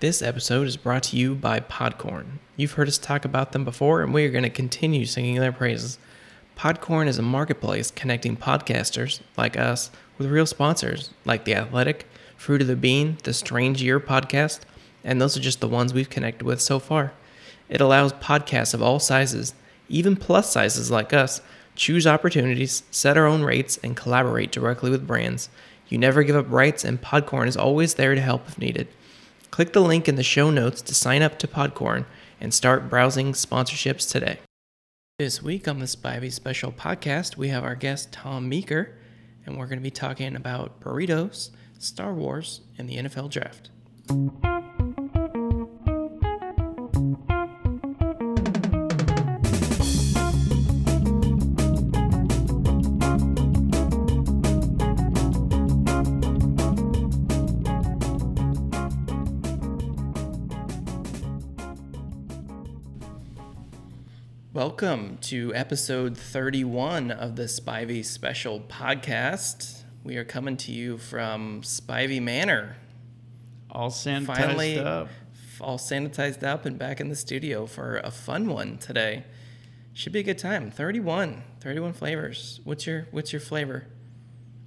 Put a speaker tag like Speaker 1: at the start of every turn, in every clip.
Speaker 1: This episode is brought to you by Podcorn. You've heard us talk about them before, and we are going to continue singing their praises. Podcorn is a marketplace connecting podcasters like us with real sponsors like The Athletic, Fruit of the Bean, The Strange Year podcast, and those are just the ones we've connected with so far. It allows podcasts of all sizes, even plus sizes like us, choose opportunities, set our own rates, and collaborate directly with brands. You never give up rights, and Podcorn is always there to help if needed. Click the link in the show notes to sign up to Podcorn and start browsing sponsorships today. This week on the Spivey Special Podcast, we have our guest Tom Meeker, and we're going to be talking about burritos, Star Wars, and the NFL Draft. Welcome to episode 31 of the Spivey Special Podcast. We are coming to you from Spivey Manor,
Speaker 2: All sanitized
Speaker 1: finally
Speaker 2: up.
Speaker 1: f- all sanitized up and back in the studio for a fun one today. Should be a good time. 31, 31 flavors. What's your what's your flavor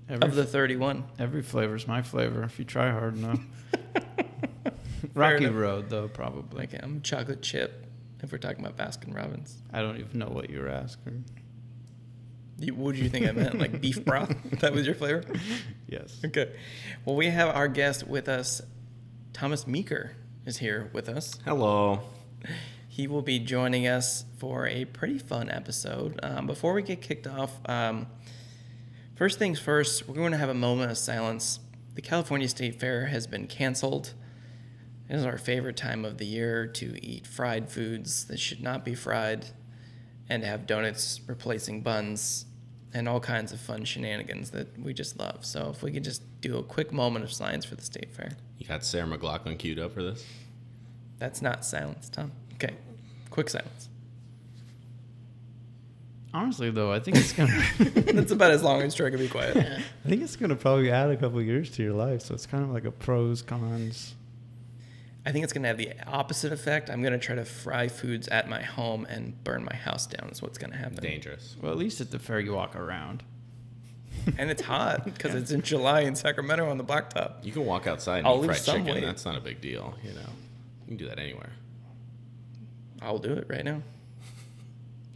Speaker 2: Every,
Speaker 1: of the 31?
Speaker 2: every flavor's my flavor if you try hard enough. Rocky
Speaker 1: enough.
Speaker 2: Road, though, probably.
Speaker 1: Like I'm chocolate chip if we're talking about Baskin Robbins.
Speaker 2: I don't even know what you were asking.
Speaker 1: You, what do you think I meant? Like beef broth? that was your flavor?
Speaker 2: Yes.
Speaker 1: Okay. Well, we have our guest with us. Thomas Meeker is here with us.
Speaker 3: Hello.
Speaker 1: He will be joining us for a pretty fun episode. Um, before we get kicked off, um, first things first, we're going to have a moment of silence. The California State Fair has been canceled. It is our favorite time of the year to eat fried foods that should not be fried and to have donuts replacing buns and all kinds of fun shenanigans that we just love. So, if we could just do a quick moment of silence for the State Fair.
Speaker 3: You got Sarah McLaughlin queued up for this?
Speaker 1: That's not silence, Tom. Okay, quick silence.
Speaker 2: Honestly, though, I think it's gonna.
Speaker 1: That's about as long as Troy can be quiet.
Speaker 2: I think it's gonna probably add a couple years to your life. So it's kind of like a pros cons.
Speaker 1: I think it's going to have the opposite effect. I'm going to try to fry foods at my home and burn my house down, is what's going to happen.
Speaker 3: Dangerous.
Speaker 2: Well, at least at the fair you walk around.
Speaker 1: And it's hot because it's in July in Sacramento on the blacktop.
Speaker 3: You can walk outside and
Speaker 1: I'll
Speaker 3: eat
Speaker 1: live
Speaker 3: fried chicken.
Speaker 1: somewhere.
Speaker 3: That's not a big deal, you know. You can do that anywhere.
Speaker 1: I'll do it right now.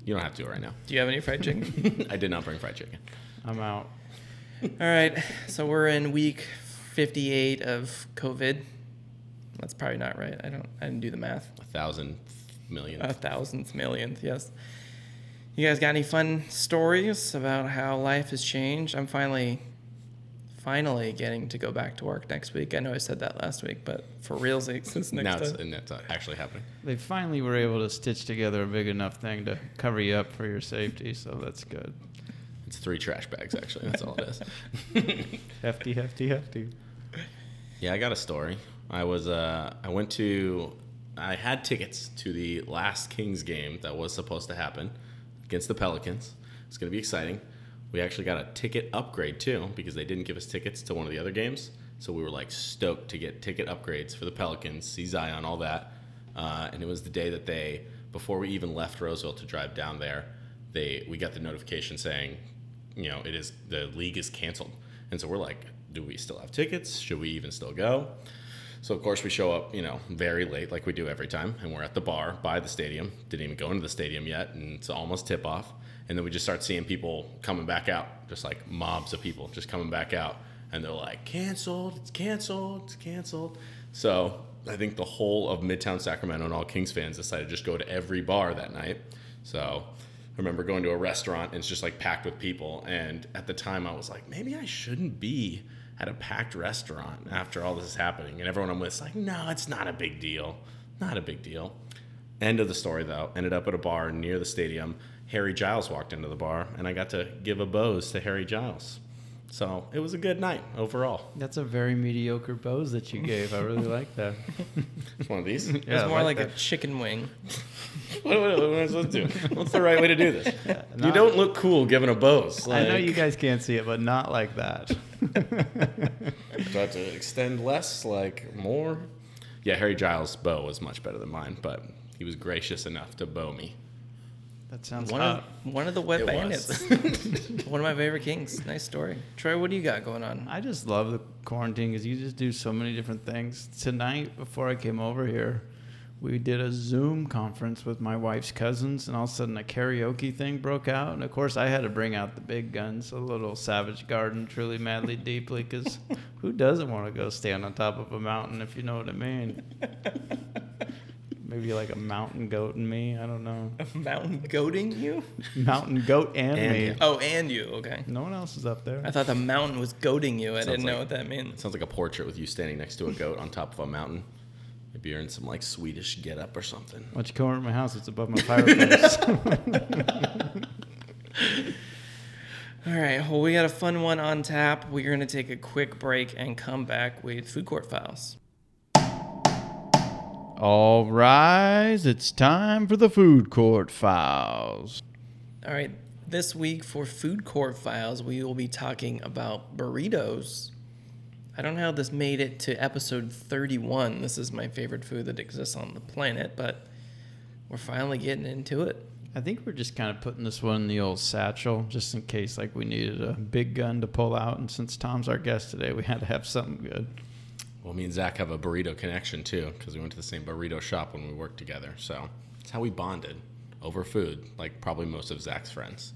Speaker 3: You don't have to right now.
Speaker 1: Do you have any fried chicken?
Speaker 3: I did not bring fried chicken.
Speaker 2: I'm out.
Speaker 1: All right. So we're in week 58 of COVID. That's probably not right. I don't. I didn't do the math.
Speaker 3: A thousand million.
Speaker 1: A thousandth millionth. Uh, Yes. You guys got any fun stories about how life has changed? I'm finally, finally getting to go back to work next week. I know I said that last week, but for real, this next
Speaker 3: now it's,
Speaker 1: time.
Speaker 3: and that's uh, actually happening.
Speaker 2: They finally were able to stitch together a big enough thing to cover you up for your safety, so that's good.
Speaker 3: It's three trash bags, actually. That's all it is.
Speaker 2: Hefty, hefty, hefty.
Speaker 3: Yeah, I got a story. I was uh I went to I had tickets to the last Kings game that was supposed to happen against the Pelicans. It's going to be exciting. We actually got a ticket upgrade too because they didn't give us tickets to one of the other games. So we were like stoked to get ticket upgrades for the Pelicans, see Zion, all that. Uh, and it was the day that they before we even left Roseville to drive down there, they we got the notification saying you know, it is the league is canceled. And so we're like, do we still have tickets? Should we even still go? So of course we show up, you know, very late like we do every time, and we're at the bar by the stadium. Didn't even go into the stadium yet, and it's almost tip off. And then we just start seeing people coming back out, just like mobs of people just coming back out, and they're like, canceled, it's canceled, it's canceled. So I think the whole of Midtown Sacramento and all Kings fans decided to just go to every bar that night. So I remember going to a restaurant and it's just like packed with people. And at the time, I was like, maybe I shouldn't be at a packed restaurant after all this is happening. And everyone I'm with is like, no, it's not a big deal. Not a big deal. End of the story though. Ended up at a bar near the stadium. Harry Giles walked into the bar and I got to give a Bose to Harry Giles. So it was a good night overall.
Speaker 2: That's a very mediocre pose that you gave. I really like that.
Speaker 3: It's one of these.
Speaker 1: It was
Speaker 2: Yeah, I
Speaker 1: more like,
Speaker 2: like
Speaker 1: a
Speaker 2: that.
Speaker 1: chicken wing.
Speaker 3: what, what, what am I supposed to do? What's the right way to do this?
Speaker 2: nah.
Speaker 3: You don't look cool giving a Bose.
Speaker 2: I know
Speaker 3: like-
Speaker 2: you guys can't see it, but not like that.
Speaker 3: Do I have to extend less, like more? yeah, Harry Giles' bow was much better than mine, but he was gracious enough to bow me.
Speaker 2: That sounds
Speaker 1: One
Speaker 2: hot.
Speaker 1: of, one of the wet
Speaker 3: It
Speaker 1: bandits. one of my favorite kings. Nice story. Troy, what do you got going on?
Speaker 2: I just love the quarantine because you just do so many different things. Tonight, before I came over here, we did a Zoom conference with my wife's cousins, and all of a sudden a karaoke thing broke out. And of course, I had to bring out the big guns, a little Savage Garden, truly, madly, deeply, because who doesn't want to go stand on top of a mountain, if you know what I mean? Maybe like a mountain goat and me. I don't know.
Speaker 1: Mountain goading you?
Speaker 2: Mountain goat and,
Speaker 3: And
Speaker 2: me.
Speaker 3: you.
Speaker 1: Oh, and you. Okay.
Speaker 2: No one else is up there.
Speaker 1: I thought the mountain was goading you. I didn't know
Speaker 3: like-
Speaker 1: what that means.
Speaker 3: It sounds like a portrait with you standing next to a goat on top of a mountain. Maybe you're in some like Swedish getup or something.
Speaker 2: Why don't you come over to my house? It's above my fireplace.
Speaker 1: All right. Well, we got a fun one on tap. We're going to take a quick break and come back with food court files.
Speaker 2: All rise. It's time for the food court files.
Speaker 1: All right. This week for Food Court Files, we will be talking about burritos. I don't know how this made it to episode 31. This is my favorite food that exists on the planet, but we're finally getting into it.
Speaker 2: I think we're just kind of putting this one in the old satchel just in case like we needed a big gun to pull out and since Tom's our guest today, we had to have something good.
Speaker 3: Well, me and Zach have a burrito connection too, because we went to the same burrito shop when we worked together. So it's how we bonded over food, like probably most of Zach's friends,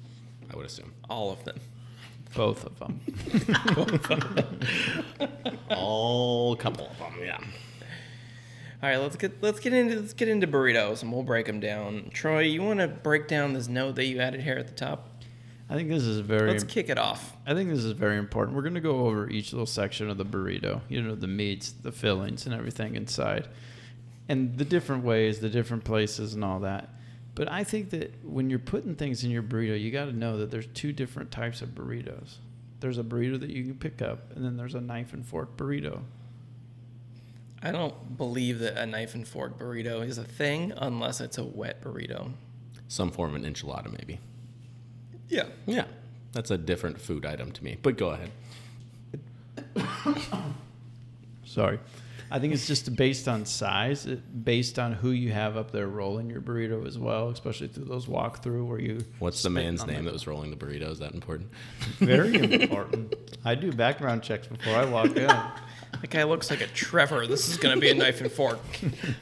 Speaker 3: I would assume.
Speaker 1: All of them.
Speaker 2: Both of them.
Speaker 3: All couple of them, yeah.
Speaker 1: All right, let's get let's get into let's get into burritos and we'll break them down. Troy, you want to break down this note that you added here at the top?
Speaker 2: I think this is very
Speaker 1: Let's kick it off.
Speaker 2: I think this is very important. We're going to go over each little section of the burrito, you know, the meats, the fillings, and everything inside, and the different ways, the different places, and all that. But I think that when you're putting things in your burrito, you got to know that there's two different types of burritos. There's a burrito that you can pick up, and then there's a knife and fork burrito.
Speaker 1: I don't believe that a knife and fork burrito is a thing unless it's a wet burrito.
Speaker 3: Some form of an enchilada, maybe.
Speaker 1: Yeah.
Speaker 3: Yeah, that's a different food item to me, but go ahead.
Speaker 2: Sorry. I think it's just based on size, it- based on who you have up there rolling your burrito as well, especially through those walkthrough where you
Speaker 3: What's the
Speaker 2: spit
Speaker 3: man's
Speaker 2: on
Speaker 3: name that was rolling the burrito? Is that important?
Speaker 2: Very important. I do background checks before I walk in.
Speaker 1: That guy looks like a Trevor. This is gonna be a knife and fork.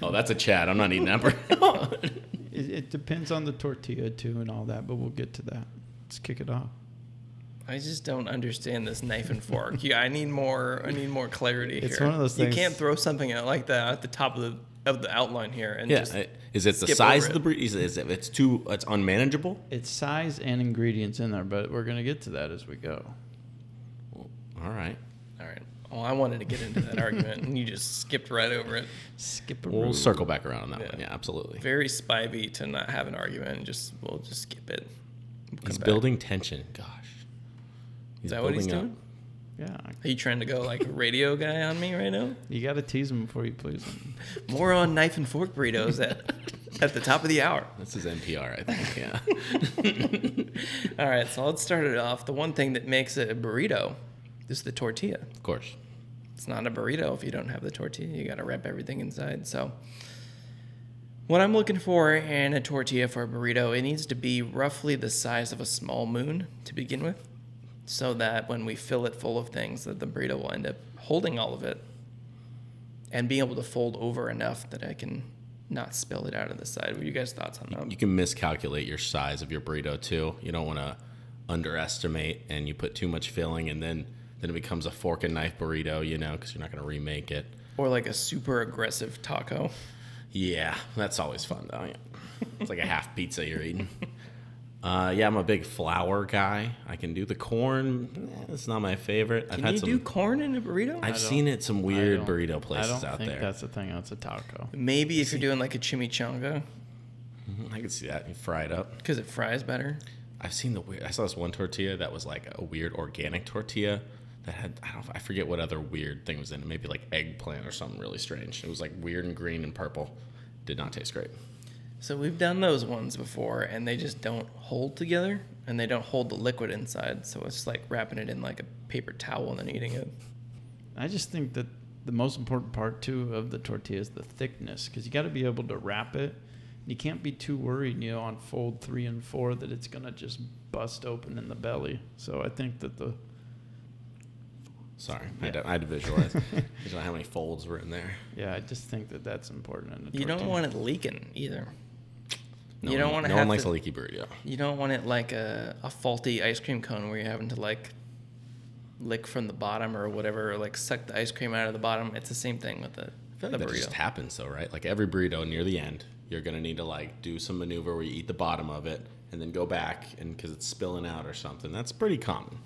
Speaker 3: Oh, that's a Chad. I'm not eating that burrito.
Speaker 2: It, it depends on the tortilla too and all that, but we'll get to that. Let's kick it off.
Speaker 1: I just don't understand this knife and fork. Yeah, I need more. I need more clarity
Speaker 2: It's
Speaker 1: here.
Speaker 2: one of those
Speaker 1: You
Speaker 2: things-
Speaker 1: can't throw something out like that at the top of the of the outline here and
Speaker 3: yeah,
Speaker 1: just
Speaker 3: I- is it the
Speaker 1: skip
Speaker 3: size
Speaker 1: over
Speaker 3: of the burrito? Is, is it, it's too, it's unmanageable?
Speaker 2: It's size and ingredients in there, but we're gonna get to that as we go.
Speaker 3: All right.
Speaker 1: All right. Well, I wanted to get into that argument, and you just skipped right over it.
Speaker 2: Skip a
Speaker 3: We'll
Speaker 2: root.
Speaker 3: circle back around on that one.
Speaker 1: Yeah.
Speaker 3: Yeah, absolutely.
Speaker 1: Very spivey to not have an argument and just we'll just skip it. We'll come
Speaker 3: He's
Speaker 1: back.
Speaker 3: building tension. Gosh.
Speaker 1: Is
Speaker 3: He's
Speaker 1: that what he's
Speaker 3: building
Speaker 1: doing?
Speaker 3: up.
Speaker 2: Yeah,
Speaker 1: Are you trying to go like radio guy on me right now?
Speaker 2: you gotta tease them before you please them.
Speaker 1: More on knife and fork burritos at at the top of the hour.
Speaker 3: This is NPR, I think. Yeah.
Speaker 1: All right, so let's start it off. The one thing that makes it a burrito is the tortilla.
Speaker 3: of course.
Speaker 1: It's not a burrito if you don't have the tortilla. You got to wrap everything inside. So, what I'm looking for in a tortilla for a burrito, it needs to be roughly the size of a small moon to begin with, so that when we fill it full of things, that the burrito will end up holding all of it and being able to fold over enough that I can not spill it out of the side. What are you guys' thoughts on that?
Speaker 3: You can miscalculate your size of your burrito too. You don't want to underestimate and you put too much filling and then then it becomes a fork and knife burrito, you know, because you're not going to remake it.
Speaker 1: Or like a super aggressive taco.
Speaker 3: Yeah, that's always fun though. Yeah. It's like a half pizza you're eating. Uh, yeah, I'm a big flour guy. I can do the corn. Eh, It's not my favorite. I've
Speaker 1: Can
Speaker 3: had
Speaker 1: you
Speaker 3: some.
Speaker 1: do corn in a burrito?
Speaker 3: I've seen it some
Speaker 2: I
Speaker 3: weird
Speaker 2: don't-
Speaker 3: burrito places
Speaker 2: I don't
Speaker 3: out
Speaker 2: think
Speaker 3: there.
Speaker 2: That's the thing. That's a taco.
Speaker 1: Maybe if you're doing like a chimichanga,
Speaker 3: I could see that. You fry it up.
Speaker 1: because it fries better.
Speaker 3: I've seen the weird. I saw this one tortilla that was like a weird organic tortilla that had I don't I forget what other weird thing was in it. Maybe like eggplant or something really strange. It was like weird and green and purple. Did not taste great.
Speaker 1: So we've done those ones before, and they just don't hold together, and they don't hold the liquid inside. So it's like wrapping it in like a paper towel and then eating it.
Speaker 2: I just think that the most important part too of the tortilla is the thickness because you got to be able to wrap it. You can't be too worried, you know, on fold three and four that it's gonna just bust open in the belly. So I think that the
Speaker 3: Sorry, I,
Speaker 2: Yeah.
Speaker 3: had to, I had to visualize. visualize how many folds were in there.
Speaker 2: yeah, I just think that that's important. In a
Speaker 1: You don't
Speaker 2: tortilla.
Speaker 1: want it leaking either.
Speaker 3: No
Speaker 1: You don't
Speaker 3: one-
Speaker 1: wanna
Speaker 3: No one
Speaker 1: have
Speaker 3: likes
Speaker 1: to-
Speaker 3: a leaky burrito.
Speaker 1: You don't want it like a, a faulty ice cream cone where you're having to like lick from the bottom or whatever, or like suck the ice cream out of the bottom. It's the same thing with the,
Speaker 3: I feel
Speaker 1: the
Speaker 3: like that just
Speaker 1: burrito.
Speaker 3: happens though, right? Like every burrito near the end, you're gonna need to like do some maneuver where you eat the bottom of it and then go back and because it's spilling out or something. That's pretty common.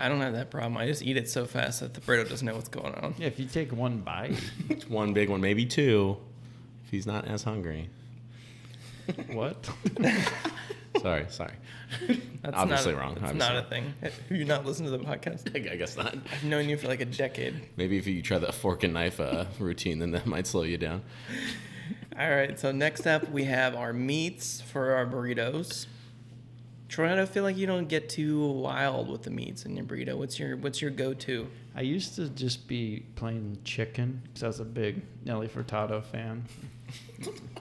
Speaker 1: I don't have that problem. I just eat it so fast that the burrito doesn't know what's going on.
Speaker 2: Yeah, if you take one bite,
Speaker 3: It's one big one, maybe two, if he's not as hungry.
Speaker 2: what?
Speaker 3: Sorry, sorry.
Speaker 1: That's
Speaker 3: Obviously
Speaker 1: not,
Speaker 3: wrong,
Speaker 1: That's
Speaker 3: obviously.
Speaker 1: not a thing. Have you not listened to the podcast?
Speaker 3: I guess not.
Speaker 1: I've known you for like a decade.
Speaker 3: Maybe if you try the fork and knife uh, routine, then that might slow you down.
Speaker 1: All right. So next up, we have our meats for our burritos. Troy, I don't feel like you don't get too wild with the meats in your burrito. What's your What's your go to?
Speaker 2: I used to just be plain chicken because I was a big Nelly Furtado fan.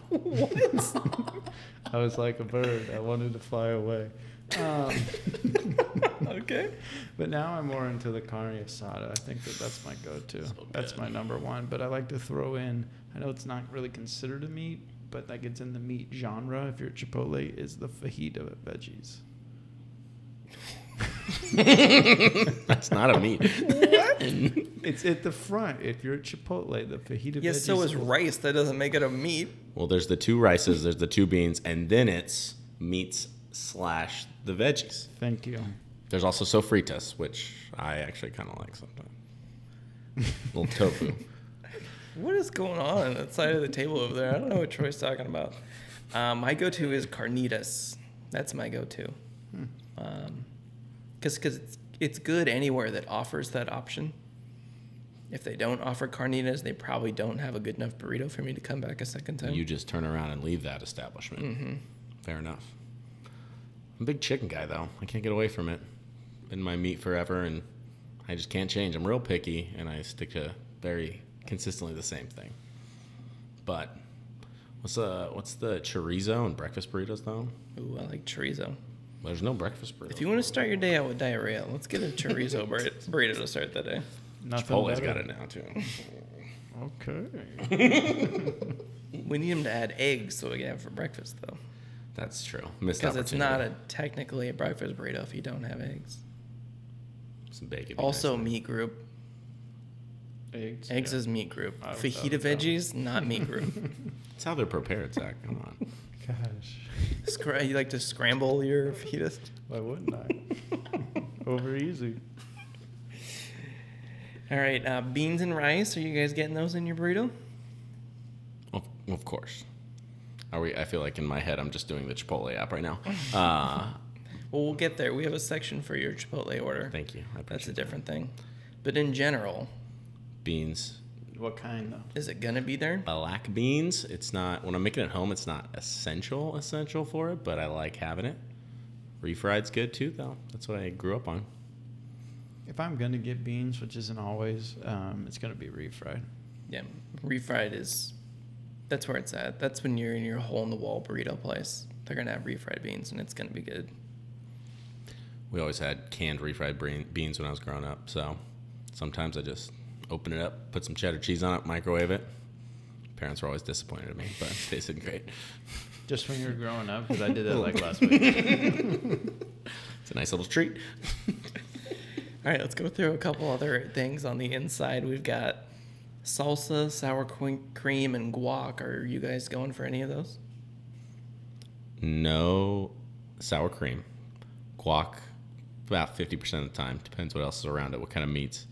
Speaker 2: what? I was like a bird. I wanted to fly away. Um,
Speaker 1: Okay.
Speaker 2: but now I'm more into the carne asada. I think that that's my go-to. that's
Speaker 3: good.
Speaker 2: my number one. But I like to throw in. I know it's not really considered a meat, but like it's in the meat genre. If you're at Chipotle, is the fajita veggies.
Speaker 3: That's not a meat.
Speaker 2: It's at the front. If you're at Chipotle, the fajita.
Speaker 1: Yes,
Speaker 2: veggies
Speaker 1: so is rice. That doesn't make it a meat.
Speaker 3: Well, there's the two rices, there's the two beans, and then it's meats slash the veggies.
Speaker 2: Thank you.
Speaker 3: There's also sofritas, which I actually kind of like sometimes. little tofu.
Speaker 1: What is going on on that side of the table over there? I don't know what Troy's talking about. Um, my go to is carnitas. That's my go to.
Speaker 2: Hmm.
Speaker 1: Um 'cause because it's, it's good anywhere that offers that option. If they don't offer carnitas, they probably don't have a good enough burrito for me to come back a second time.
Speaker 3: You just turn around and leave that establishment.
Speaker 1: Mm-hmm.
Speaker 3: Fair enough. I'm a big chicken guy, though. I can't get away from it. Been my meat forever, and I just can't change. I'm real picky, and I stick to very consistently the same thing. But what's uh what's the chorizo and breakfast burritos though?
Speaker 1: Ooh, I like chorizo.
Speaker 3: There's no breakfast burrito.
Speaker 1: If you want to start your day out with diarrhea, let's get a chorizo burri- burrito to start the day.
Speaker 2: Nothing
Speaker 3: Chipotle's
Speaker 2: better.
Speaker 3: got it now too.
Speaker 2: Okay.
Speaker 1: We need them to add eggs so we can have it for breakfast, though.
Speaker 3: That's true. Missed
Speaker 1: Because it's not
Speaker 3: opportunity.
Speaker 1: a technically a breakfast burrito if you don't have eggs.
Speaker 3: Some bacon.
Speaker 1: Also, meat group.
Speaker 2: Eggs.
Speaker 1: Eggs is meat group.
Speaker 2: I was out
Speaker 1: Fajita
Speaker 2: of town.
Speaker 1: veggies, not meat group.
Speaker 3: That's how they're prepared, Zach. Come on.
Speaker 2: Gosh,
Speaker 1: Scra- you like to scramble your fajitas?
Speaker 2: why wouldn't I? Over easy.
Speaker 1: All right, uh, beans and rice. Are you guys getting those in your burrito?
Speaker 3: Of, of course. Are we? I feel like in my head, I'm just doing the Chipotle app right now. Uh,
Speaker 1: Well, we'll get there. We have a section for your Chipotle order.
Speaker 3: thank you.
Speaker 1: That's
Speaker 3: I
Speaker 1: a
Speaker 3: appreciate it.
Speaker 1: different thing. But in general,
Speaker 3: Beans,
Speaker 2: What kind though?
Speaker 1: is it going to be there?
Speaker 3: black beans. It's not when I'm making it at home. It's not essential, essential for it, but I like having it. Refried's good too, though. That's what I grew up on.
Speaker 2: If I'm gonna get beans, which isn't always, um, it's gonna be refried.
Speaker 1: Yeah, refried is. That's where it's at. That's when you're in your hole in the wall burrito place. They're going to have refried beans and it's going to be good.
Speaker 3: We always had canned refried bre- beans when I was growing up. So sometimes I just open it up, put some cheddar cheese on it, microwave it. Parents were always disappointed in me, but it tasted great.
Speaker 2: Just when you were growing up, because I did that like last week.
Speaker 3: It's a nice little treat.
Speaker 1: All right, let's go through a couple other things on the inside. We've got salsa, sour qu- cream, and guac. Are you guys going for any of those?
Speaker 3: no sour cream, guac about 50% of the time. Depends what else is around it, what kind of meats.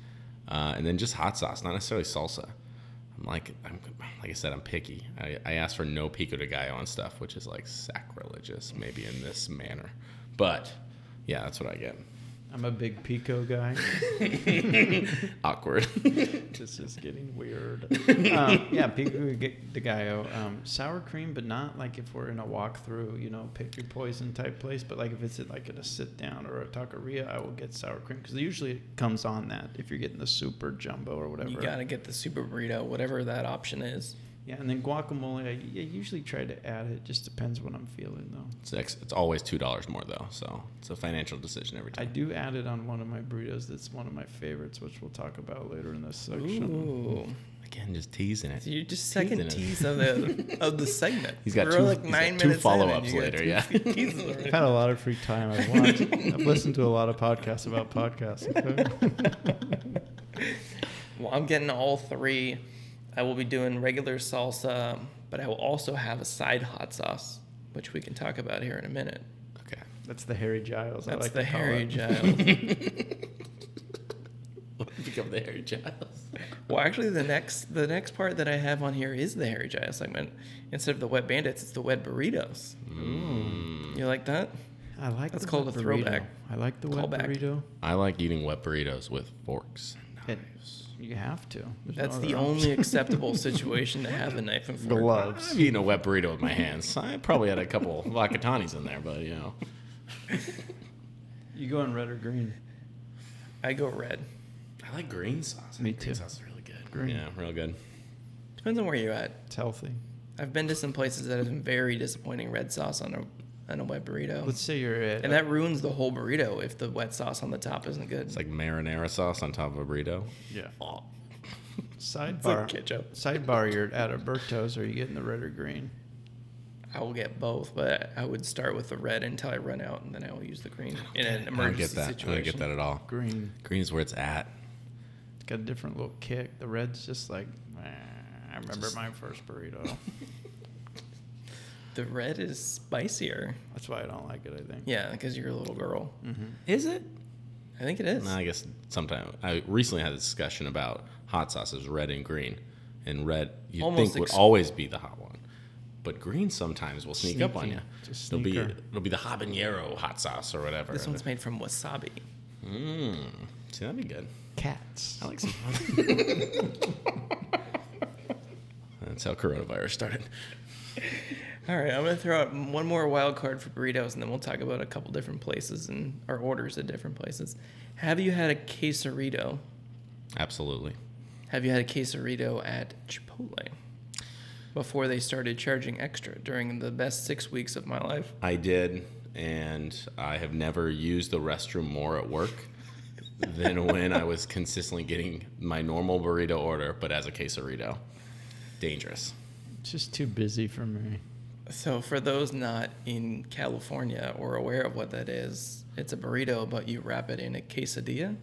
Speaker 3: Uh, and then just hot sauce, not necessarily salsa. I'm like, I'm, like I said, I'm picky. I, I asked for no pico de gallo on stuff, which is like sacrilegious, maybe in this manner. But yeah, that's what I get.
Speaker 2: I'm a big Pico guy.
Speaker 3: Awkward.
Speaker 2: this is getting weird. um, yeah, Pico de Gallo. Um, sour cream, but not like if we're in a walkthrough, you know, pick your poison type place. But like if it's at like at a sit down or a taqueria, I will get sour cream because usually it comes on that if you're getting the super jumbo or whatever.
Speaker 1: You gotta get the super burrito, whatever that option is.
Speaker 2: Yeah, and then guacamole, I, I usually try to add it. Just depends what I'm feeling though.
Speaker 3: It's, ex- it's always two dollars more though, so it's a financial decision every
Speaker 2: I
Speaker 3: time.
Speaker 2: do add it on one of my burritos. That's one of my favorites, which we'll talk about later in this section.
Speaker 1: Ooh,
Speaker 3: Again, just teasing it.
Speaker 1: you're just second
Speaker 3: it.
Speaker 1: tease of the of the segment.
Speaker 3: He's got
Speaker 1: We're
Speaker 3: two,
Speaker 1: like
Speaker 3: he's
Speaker 1: nine
Speaker 3: got
Speaker 1: minutes
Speaker 3: two
Speaker 1: in and
Speaker 3: follow-ups
Speaker 1: you got
Speaker 3: later.
Speaker 1: two
Speaker 3: Yeah.
Speaker 1: teases already.
Speaker 2: I've had a lot of free time. I've watched, I've listened to a lot of podcasts about podcasts. okay?
Speaker 1: Well, I'm getting all three. I will be doing regular salsa, but I will also have a side hot sauce, which we can talk about here in a minute.
Speaker 3: okay.
Speaker 2: That's the Harry Giles. I
Speaker 1: That's
Speaker 2: like
Speaker 1: the
Speaker 2: to call
Speaker 1: Harry
Speaker 2: it.
Speaker 1: Giles.
Speaker 3: Become the Harry Giles.
Speaker 1: well, actually, the next the next part that I have on here is the Harry Giles segment. Instead of the wet bandits, it's the wet burritos.
Speaker 3: Mm.
Speaker 1: You like that?
Speaker 2: I like
Speaker 1: That's
Speaker 2: the
Speaker 1: called
Speaker 2: wet
Speaker 1: a
Speaker 2: burrito.
Speaker 1: throwback.
Speaker 2: I like the wet
Speaker 1: Callback.
Speaker 2: burrito.
Speaker 3: I like eating wet burritos with forks.
Speaker 2: It- you have to. There's no
Speaker 1: That's
Speaker 2: other
Speaker 1: the
Speaker 2: option.
Speaker 1: only acceptable situation to have a knife and fork.
Speaker 2: gloves.
Speaker 3: I've eaten a wet burrito with my hands. I probably had a couple Lacatanis in there, but you know,
Speaker 2: You go in red or green.
Speaker 1: I go red.
Speaker 3: I like green sauce.
Speaker 2: Me
Speaker 3: Green
Speaker 2: too.
Speaker 3: sauce is really good.
Speaker 2: Green.
Speaker 3: Yeah, real good.
Speaker 1: Depends on where you're at.
Speaker 2: It's healthy.
Speaker 1: I've been to some places that have been very disappointing red sauce on a on a wet burrito.
Speaker 2: Let's say you're at.
Speaker 1: And that ruins the whole burrito if the wet sauce on the top isn't good.
Speaker 3: It's like marinara sauce on top of a burrito.
Speaker 2: yeah.
Speaker 3: Oh,
Speaker 1: It's like
Speaker 2: Sidebar.
Speaker 1: ketchup.
Speaker 2: Sidebar. You're at Alberto's. Are you getting the red or green?
Speaker 1: I will get both, but I would start with the red until I run out, and then I will use the green in an
Speaker 3: I don't get
Speaker 1: emergency
Speaker 3: that. I don't
Speaker 1: situation.
Speaker 3: get that at all.
Speaker 2: Green.
Speaker 3: Green's where it's at.
Speaker 2: It's got a different little kick. The red's just like. "Meh." I remember my first burrito.
Speaker 1: The red is spicier.
Speaker 2: That's why I don't like it. I think.
Speaker 1: Yeah, because you're a little girl.
Speaker 3: Is it?
Speaker 1: I think it is.
Speaker 3: No, I guess sometime. I recently had a discussion about hot sauces, red and green, and red you would
Speaker 1: Almost
Speaker 3: think would
Speaker 1: ex-
Speaker 3: always be the hot one, but green sometimes will sneak up on
Speaker 2: Sneaky.
Speaker 3: you.
Speaker 2: It's a
Speaker 3: It'll be
Speaker 2: sneaker.
Speaker 3: it'll be the habanero hot sauce or whatever.
Speaker 1: this one's made from wasabi.
Speaker 3: mm, see that'd be good.
Speaker 2: Cats.
Speaker 3: I like some. That's how coronavirus started.
Speaker 1: All right, I'm gonna throw out one more wild card for burritos, and then we'll talk about a couple different places and our orders at different places. Have you had a quesarito?
Speaker 3: Absolutely.
Speaker 1: Have you had a quesarito at Chipotle before they started charging extra during the best six weeks of my life?
Speaker 3: I did, and I have never used the restroom more at work than when I was consistently getting my normal burrito order, but as a quesarito. Dangerous.
Speaker 2: It's just too busy for me.
Speaker 1: So, for those not in California or aware of what that is, it's a burrito, but you wrap it in a quesadilla.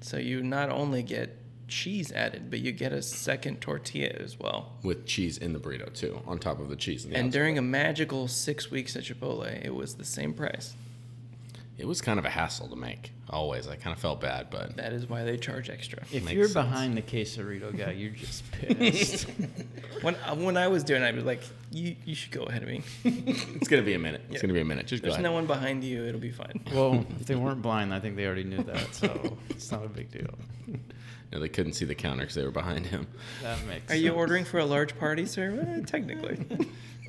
Speaker 1: So, you not only get cheese added, but you get a second tortilla as well.
Speaker 3: With cheese in the burrito too, on top of the cheese. And
Speaker 1: And during a magical six weeks at Chipotle, it was the same price.
Speaker 3: it was kind of a hassle to make. Always, I kind of felt bad, but
Speaker 1: That is why they charge extra.
Speaker 2: If
Speaker 3: Makes
Speaker 2: you're
Speaker 3: sense.
Speaker 2: behind the quesarito guy, you're just pissed.
Speaker 1: When, uh, when I was doing it, I'd be like, you, you should go ahead of me.
Speaker 3: it's gonna be a minute. It's
Speaker 1: Yeah.
Speaker 3: gonna be a minute. Just go
Speaker 1: There's
Speaker 3: ahead.
Speaker 1: no one behind you. It'll be fine.
Speaker 2: well, if they weren't blind, I think they already knew that, so it's not a big deal.
Speaker 3: No, they couldn't see the counter because they were behind him.
Speaker 2: That makes.
Speaker 1: Are you
Speaker 2: sense.
Speaker 1: ordering for a large party, sir? Eh, technically.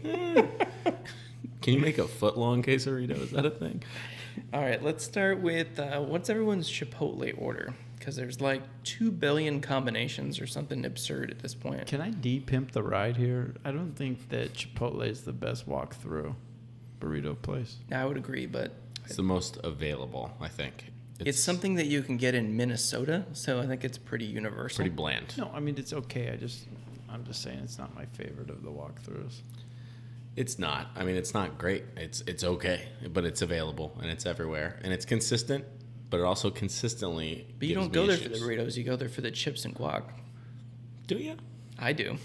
Speaker 3: Can you make a foot long quesarito? Is that a thing?
Speaker 1: All right, let's start with uh, what's everyone's Chipotle order? Because there's like 2 billion combinations or something absurd at this point.
Speaker 2: Can I de pimp the ride here? I don't think that Chipotle is the best walk through burrito place.
Speaker 1: Now, I would agree, but
Speaker 3: It's the most available, I think.
Speaker 1: it's, something that you can get in Minnesota, so I think it's pretty universal.
Speaker 3: pretty bland.
Speaker 2: No, I mean it's okay. I just, I'm just saying it's not my favorite of the walkthroughs.
Speaker 3: It's not. I mean, it's not great. It's it's okay, but it's available and it's everywhere and it's consistent. But it also consistently.
Speaker 1: but you
Speaker 3: gives
Speaker 1: don't
Speaker 3: me
Speaker 1: go there
Speaker 3: issues.
Speaker 1: for the burritos, you go there for the chips and guac.
Speaker 3: Do you?
Speaker 1: I do.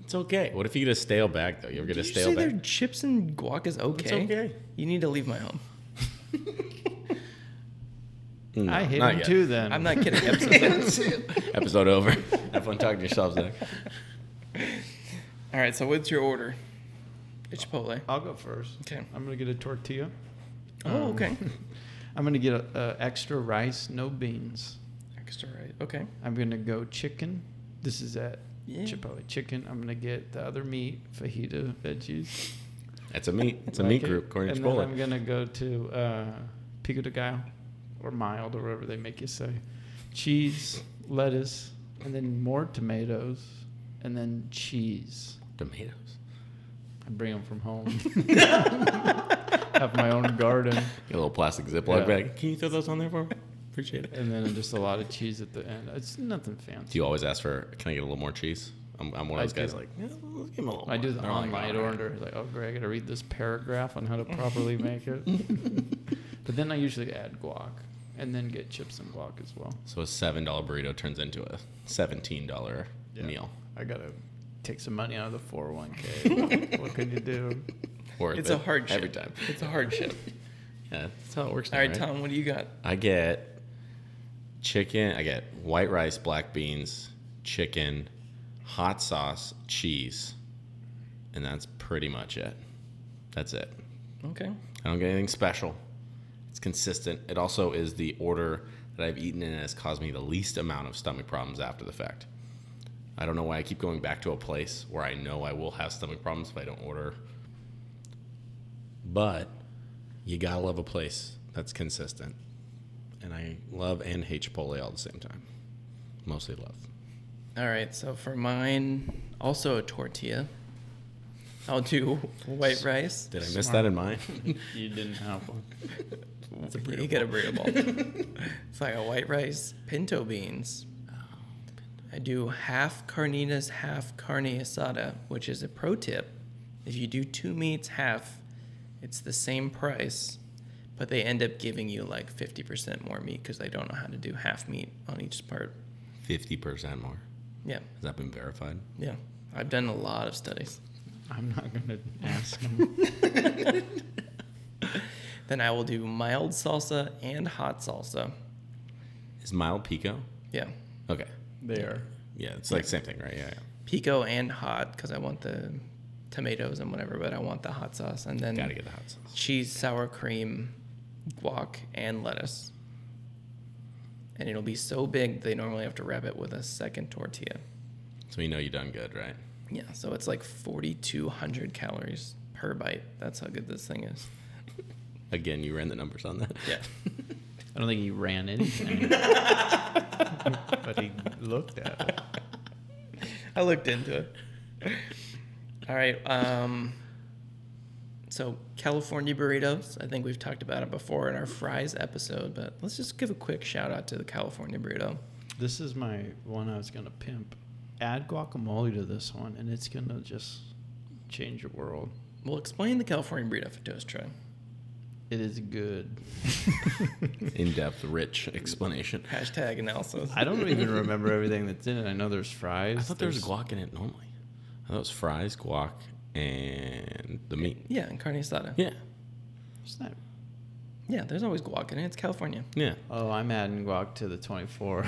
Speaker 3: It's okay. What if you get a stale bag though? You ever get
Speaker 1: Did
Speaker 3: a
Speaker 1: you
Speaker 3: stale
Speaker 1: say their
Speaker 3: bag?
Speaker 1: chips and guac is okay?
Speaker 3: It's okay.
Speaker 1: You need to leave my home.
Speaker 3: No,
Speaker 2: I hate
Speaker 3: not
Speaker 2: them
Speaker 3: yet.
Speaker 2: too. Then
Speaker 1: I'm not kidding. Absolutely.
Speaker 3: Episode over. Have fun talking to yourselves, Zach.
Speaker 1: All right, so what's your order? It's Chipotle.
Speaker 2: I'll go first.
Speaker 1: Okay.
Speaker 3: Um,
Speaker 2: I'm gonna get a tortilla.
Speaker 1: Oh, okay.
Speaker 2: Um, I'm gonna get a, a extra rice, no beans.
Speaker 1: Extra right. Okay.
Speaker 2: I'm gonna go chicken. This is at
Speaker 1: Yeah.
Speaker 2: Chipotle chicken. I'm gonna get the other meat, fajita veggies.
Speaker 3: That's a meat. It's a
Speaker 2: Like
Speaker 3: meat
Speaker 2: it.
Speaker 3: group, according to
Speaker 2: And then
Speaker 3: Chipotle.
Speaker 2: I'm gonna go to uh, pico de gallo, or mild, or whatever they make you say. Cheese, lettuce, and then more tomatoes, and then cheese.
Speaker 3: Tomatoes.
Speaker 2: I bring them from home. Have my own garden,
Speaker 3: Get a little plastic Ziploc
Speaker 2: Yeah.
Speaker 3: bag. Can you throw those on there for me? Appreciate it.
Speaker 2: and then just a lot of cheese at the end. It's nothing
Speaker 3: Do
Speaker 2: fancy.
Speaker 3: you always ask for? Can I get a little more cheese? I'm, I'm one of
Speaker 2: I
Speaker 3: those guys
Speaker 2: do.
Speaker 3: like, yeah, let's give him a little.
Speaker 2: I do
Speaker 3: more."
Speaker 2: the
Speaker 3: They're all like,
Speaker 2: online
Speaker 3: "All right."
Speaker 2: order. Like, oh, Greg, I gotta read this paragraph on how to properly make it. but then I usually add guac, and then get chips and guac as well.
Speaker 3: So a seven dollar burrito turns into a seventeen dollar
Speaker 2: Yeah.
Speaker 3: meal.
Speaker 2: I gotta take some money out of the four hundred one k. What could you do?
Speaker 3: Worth
Speaker 1: It's a
Speaker 3: it
Speaker 1: hardship.
Speaker 3: every time.
Speaker 1: It's a hardship.
Speaker 3: Yeah, that's how it works.
Speaker 1: All
Speaker 3: now,
Speaker 1: right,
Speaker 3: right?
Speaker 1: Tom, what do you got?
Speaker 3: I get chicken. I get white rice, black beans, chicken, hot sauce, cheese, and that's pretty much it. That's it.
Speaker 1: Okay.
Speaker 3: I don't get anything special. It's consistent. It also is the order that I've eaten in and has caused me the least amount of stomach problems after the fact. I don't know why I keep going back to a place where I know I will have stomach problems if I don't order. But you gotta love a place that's consistent. And I love and hate Chipotle all at the same time. Mostly love.
Speaker 1: All right. So for mine, also a tortilla. I'll do white rice.
Speaker 3: Did I miss that in mine?
Speaker 2: You didn't have one.
Speaker 1: You get a burrito ball. it's like a white rice, pinto beans. I do half carnitas, half carne asada, which is a pro tip. If you do two meats, half, it's the same price, but they end up giving you like 50% more meat because they don't know how to do half meat on each part.
Speaker 3: 50% more.
Speaker 1: Yeah,
Speaker 3: Has that been verified?
Speaker 1: yeah. I've done a lot of studies.
Speaker 2: I'm not gonna ask him.
Speaker 1: Then I will do mild salsa and hot salsa.
Speaker 3: Is mild pico?
Speaker 1: Yeah.
Speaker 3: Okay.
Speaker 2: There.
Speaker 3: Yeah, it's like same thing, right? Yeah, yeah.
Speaker 1: pico and hot because I want the tomatoes and whatever, but I want the hot sauce and then
Speaker 3: Gotta get the hot sauce.
Speaker 1: cheese, sour cream, guac, and lettuce. And it'll be so big they normally have to wrap it with a second tortilla.
Speaker 3: So you know you done good, right?
Speaker 1: Yeah, so it's like 4,200 calories per bite. That's how good this thing is.
Speaker 3: Again, you ran the numbers on that.
Speaker 1: Yeah.
Speaker 2: I don't think he ran anything, but he looked at it.
Speaker 1: I looked into it. All right. Um, so California burritos. I think we've talked about it before in our fries episode, but let's just give a quick shout out to the California burrito.
Speaker 2: This is my one I was gonna pimp. Add guacamole to this one, and it's gonna just change your world.
Speaker 1: We'll explain the California burrito for Toast Try.
Speaker 2: It is good.
Speaker 3: In depth, rich explanation.
Speaker 1: Hashtag analysis.
Speaker 2: I don't even remember everything that's in it. I know there's fries.
Speaker 3: I thought there was
Speaker 2: there's-
Speaker 3: guac in it normally. I thought it was fries, guac, and the meat.
Speaker 1: Yeah, and carne asada.
Speaker 3: Yeah.
Speaker 2: there's not-
Speaker 1: Yeah, there's always guac in it. It's California.
Speaker 3: Yeah.
Speaker 2: Oh, I'm adding guac to the 24.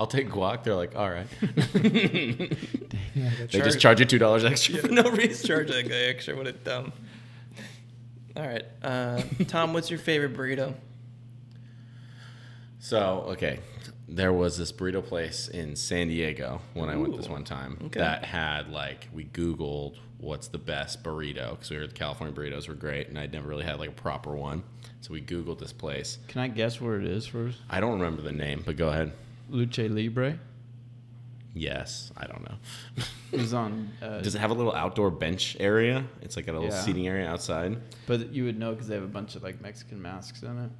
Speaker 3: I'll take guac. They're like, all right. they
Speaker 1: Charge-
Speaker 3: just charge you $2 extra for no
Speaker 1: reason. Charge that guy extra what it dumb. All right, uh, Tom. What's your favorite burrito?
Speaker 3: So, okay. There was this burrito place in San Diego when I went this
Speaker 1: Ooh,
Speaker 3: one time
Speaker 1: okay.
Speaker 3: that had like we googled what's the best burrito because we heard the California burritos were great and I'd never really had like a proper one. So we googled this place.
Speaker 2: Can I guess where it is first?
Speaker 3: I don't remember the name, but go ahead.
Speaker 2: Luce Libre.
Speaker 3: Yes, I don't know.
Speaker 2: It was on. Uh,
Speaker 3: Does it have a little outdoor bench area? It's like a little
Speaker 2: Yeah.
Speaker 3: seating area outside.
Speaker 2: but you would know because they have a bunch of like Mexican masks in it.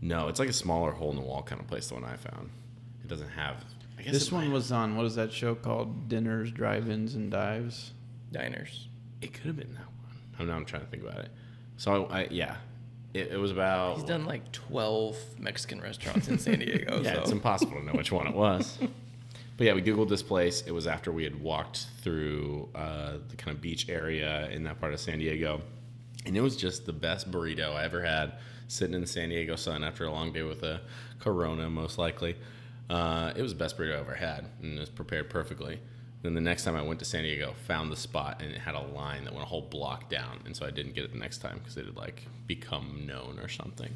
Speaker 3: No, it's like a smaller hole in the wall kind of place. The one I found, it doesn't have. I guess
Speaker 2: This
Speaker 3: it
Speaker 2: one
Speaker 3: might-
Speaker 2: was on what is that show called? Dinners, Drive-ins, and Dives.
Speaker 1: Diners.
Speaker 3: It could have been that one. I'm now I'm trying to think about it. So I, I yeah, it, it was about.
Speaker 1: He's done like 12 Mexican restaurants in San Diego.
Speaker 3: yeah,
Speaker 1: so.
Speaker 3: it's impossible to know which one it was. But yeah, we googled this place. It was after we had walked through uh, the kind of beach area in that part of San Diego, and it was just the best burrito I ever had. Sitting in the San Diego sun after a long day with a Corona, most likely, uh, it was the best burrito I ever had, and it was prepared perfectly. Then the next time I went to San Diego, found the spot, and it had a line that went a whole block down, and so I didn't get it the next time because it had like become known or something.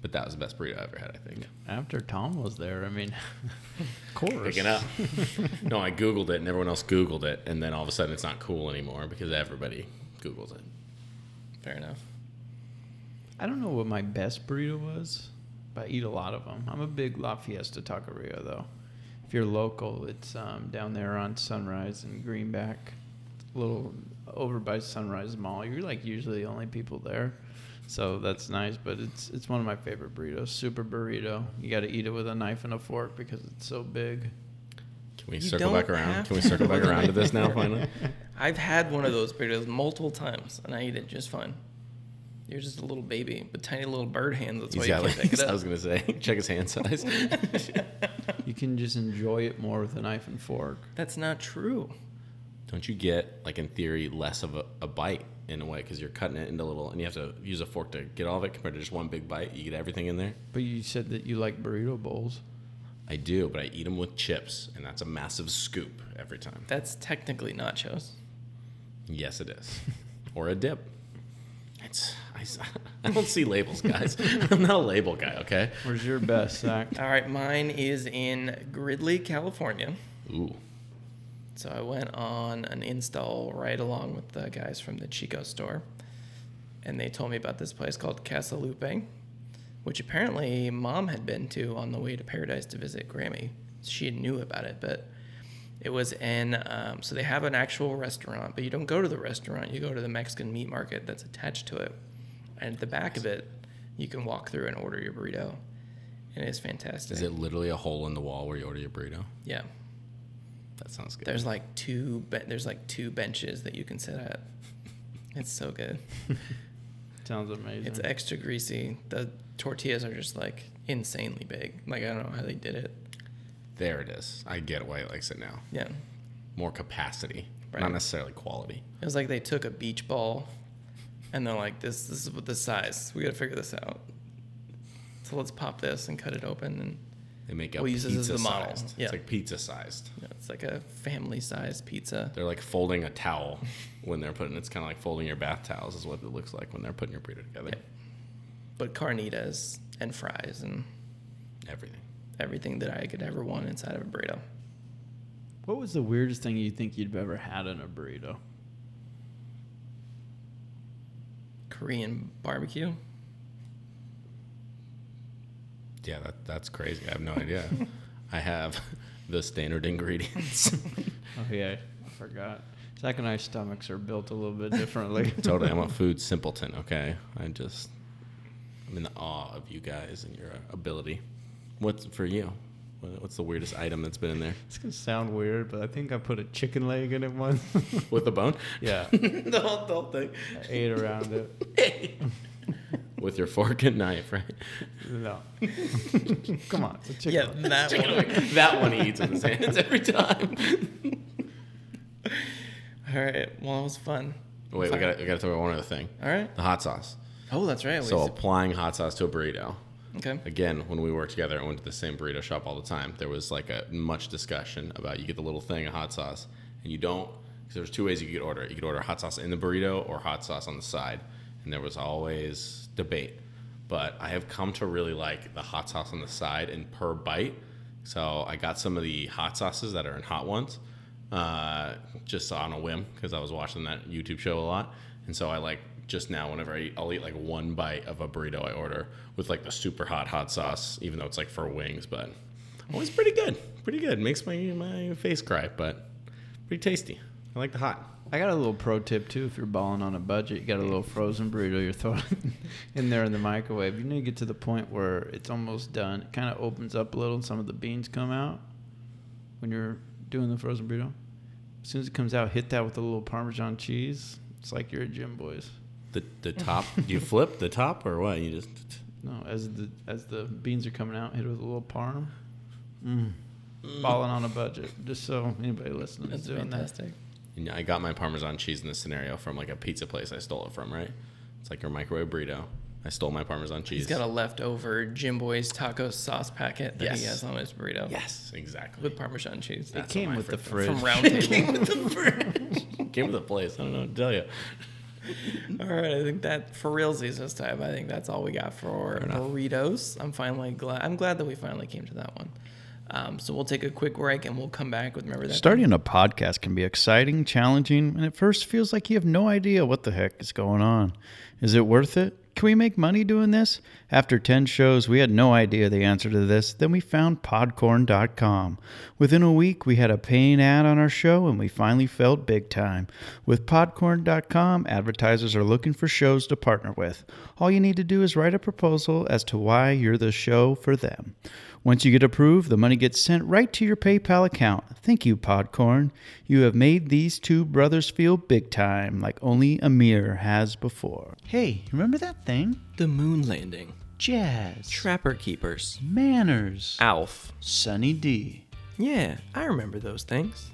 Speaker 3: But that was the best burrito I ever had, I think.
Speaker 2: After Tom was there, I mean, of course.
Speaker 3: Picking up. no, I Googled it and everyone else Googled it. And then all of a sudden it's not cool anymore because everybody Googles it.
Speaker 1: Fair enough.
Speaker 2: I don't know what my best burrito was, but I eat a lot of them. I'm a big La Fiesta Taqueria though. If you're local, it's um, down there on Sunrise and Greenback, a little over by Sunrise Mall. You're like usually the only people there, so that's nice. But it's it's one of my favorite burritos. Super burrito. You got to eat it with a knife and a fork because it's so big.
Speaker 3: Can we
Speaker 1: You
Speaker 3: circle
Speaker 1: don't
Speaker 3: back around?
Speaker 1: have
Speaker 3: Can we
Speaker 1: to.
Speaker 3: circle back around to this now finally?
Speaker 1: I've had one of those burritos multiple times, and I eat it just fine. You're just a little baby with tiny little bird hands. That's why
Speaker 3: He's
Speaker 1: you
Speaker 3: got
Speaker 1: can't
Speaker 3: like,
Speaker 1: pick it
Speaker 3: I
Speaker 1: up.
Speaker 3: was going to say, check his hand size.
Speaker 2: You can just enjoy it more with a knife and fork.
Speaker 1: That's not true.
Speaker 3: Don't you get, like, in theory, less of a, a bite in a way because you're cutting it into little, and you have to use a fork to get all of it compared to just one big bite? You get everything in there?
Speaker 2: But you said that you like burrito bowls.
Speaker 3: I do, but I eat them with chips, and that's a massive scoop every time.
Speaker 1: That's technically nachos.
Speaker 3: Yes, it is. or a dip. It's I, s- I don't see labels, guys. I'm not a label guy, okay?
Speaker 2: Where's your best, Zach?
Speaker 1: All right, mine is in Gridley, California.
Speaker 3: Ooh,
Speaker 1: So I went on an install right along with the guys from the Chico store. And they told me about this place called Casa Lupe, which apparently mom had been to on the way to paradise to visit Grammy. She knew about it, but it was in, um, so they have an actual restaurant, but you don't go to the restaurant. You go to the Mexican meat market that's attached to it. And at the back of it, you can walk through and order your burrito. And it's fantastic.
Speaker 3: is it literally a hole in the wall where you order your burrito?
Speaker 1: Yeah.
Speaker 3: That sounds good.
Speaker 1: There's like two be- there's like two benches that you can sit at. It's so good.
Speaker 2: Sounds amazing.
Speaker 1: It's extra greasy. The tortillas are just like insanely big. Like I don't know how they did it.
Speaker 3: there it is. I get why he likes it now.
Speaker 1: Yeah.
Speaker 3: More capacity,
Speaker 1: Right.
Speaker 3: not necessarily quality.
Speaker 1: It was like they took a beach ball and they're like this this is what the size. We got to figure this out. So let's pop this and cut it open and
Speaker 3: They make up
Speaker 1: We'll use
Speaker 3: pizza
Speaker 1: this as the model.
Speaker 3: sized.
Speaker 1: Yeah.
Speaker 3: It's like pizza sized.
Speaker 1: you know, it's like a family sized pizza.
Speaker 3: They're like folding a towel when they're putting. It's kind of like folding your bath towels is what it looks like when they're putting your burrito together.
Speaker 1: Yep. But carnitas and fries and
Speaker 3: Everything.
Speaker 1: everything that I could ever want inside of a burrito.
Speaker 2: What was the weirdest thing you think you'd ever had in a burrito?
Speaker 1: Korean barbecue.
Speaker 3: Yeah, that, that's crazy. I have no idea. I have the standard ingredients.
Speaker 2: Oh yeah, I forgot. Zach and I stomachs are built a little bit differently.
Speaker 3: totally. I'm a food simpleton, okay? I just, I'm in the awe of you guys and your ability. What's for you? What- What's the weirdest item that's been in there?
Speaker 2: it's gonna sound weird, but I think I put a chicken leg in it once.
Speaker 3: With the bone?
Speaker 2: yeah,
Speaker 3: the, whole, the whole thing.
Speaker 2: I ate around it.
Speaker 3: With your fork and knife, right?
Speaker 2: No, come on, it's a chicken.
Speaker 1: Yeah,
Speaker 2: leg.
Speaker 1: that one.
Speaker 3: that one he eats with his hands every time.
Speaker 1: All right. Well, it was fun.
Speaker 3: Wait, we got we got to talk about one other thing.
Speaker 1: All right.
Speaker 3: The hot sauce.
Speaker 1: Oh, that's right. we
Speaker 3: So
Speaker 1: used
Speaker 3: applying hot sauce to a burrito.
Speaker 1: to- okay.
Speaker 3: again, when we worked together and went to the same burrito shop all the time, there was like a much discussion about you get the little thing of hot sauce and you don't. Because there's two ways you could order it. You could order hot sauce in the burrito or hot sauce on the side, and there was always debate. But I have come to really like the hot sauce on the side and per bite. So I got some of the hot sauces that are in hot ones, uh, just on a whim because I was watching that YouTube show a lot, and so I like just now whenever I eat, I'll eat like one bite of a burrito I order with like the super hot hot sauce, even though it's like for wings, but always pretty good, pretty good. Makes my my face cry, but pretty tasty. I like the hot.
Speaker 2: I got a little pro tip too. If you're balling on a budget, you got a little frozen burrito you're throwing in there in the microwave. You need to get to the point where it's almost done. It kind of opens up a little, and some of the beans come out when you're doing the frozen burrito. As soon as it comes out, hit that with a little Parmesan cheese. It's like you're at Jim Boys.
Speaker 3: The the top. do you flip the top or what? You just
Speaker 2: No, as the as the beans are coming out, hit it with a little parm. Mm. Balling on a budget, just so anybody listening
Speaker 1: That's
Speaker 2: is doing that.
Speaker 1: fantastic.
Speaker 3: And I got my Parmesan cheese in this scenario from like a pizza place I stole it from, right? It's like your microwave burrito. I stole my Parmesan cheese.
Speaker 1: He's got a leftover Jim Boy's taco sauce packet that he
Speaker 3: Yes.
Speaker 1: has on his burrito
Speaker 3: yes, exactly.
Speaker 1: with Parmesan cheese
Speaker 3: That's
Speaker 2: Came
Speaker 3: what my
Speaker 2: with the
Speaker 3: fr-
Speaker 2: fridge.
Speaker 1: from Round Table. Mm.
Speaker 3: Came with the place. I don't know what to tell you.
Speaker 1: All right, I think that for realsies this time. I think that's all we got for burritos. I'm finally glad. I'm glad that we finally came to that one. Um, so we'll take a quick break and we'll come back with remember that.
Speaker 2: Starting a podcast can be exciting, challenging, and at first feels like you have no idea what the heck is going on. Is it worth it? Can we make money doing this? After 10 shows, we had no idea the answer to this. Then we found podcorn.com. Within a week, we had a paying ad on our show and we finally felt big time. With podcorn.com, advertisers are looking for shows to partner with. All you need to do is write a proposal as to why you're the show for them. Once you get approved, the money gets sent right to your PayPal account. Thank you, Podcorn. You have made these two brothers feel big time, like only Amir has before. Hey, remember that thing?
Speaker 1: The moon landing,
Speaker 2: Jazz,
Speaker 1: trapper keepers,
Speaker 2: Manners,
Speaker 1: Alf.
Speaker 2: Sunny D.
Speaker 1: Yeah, I remember those things.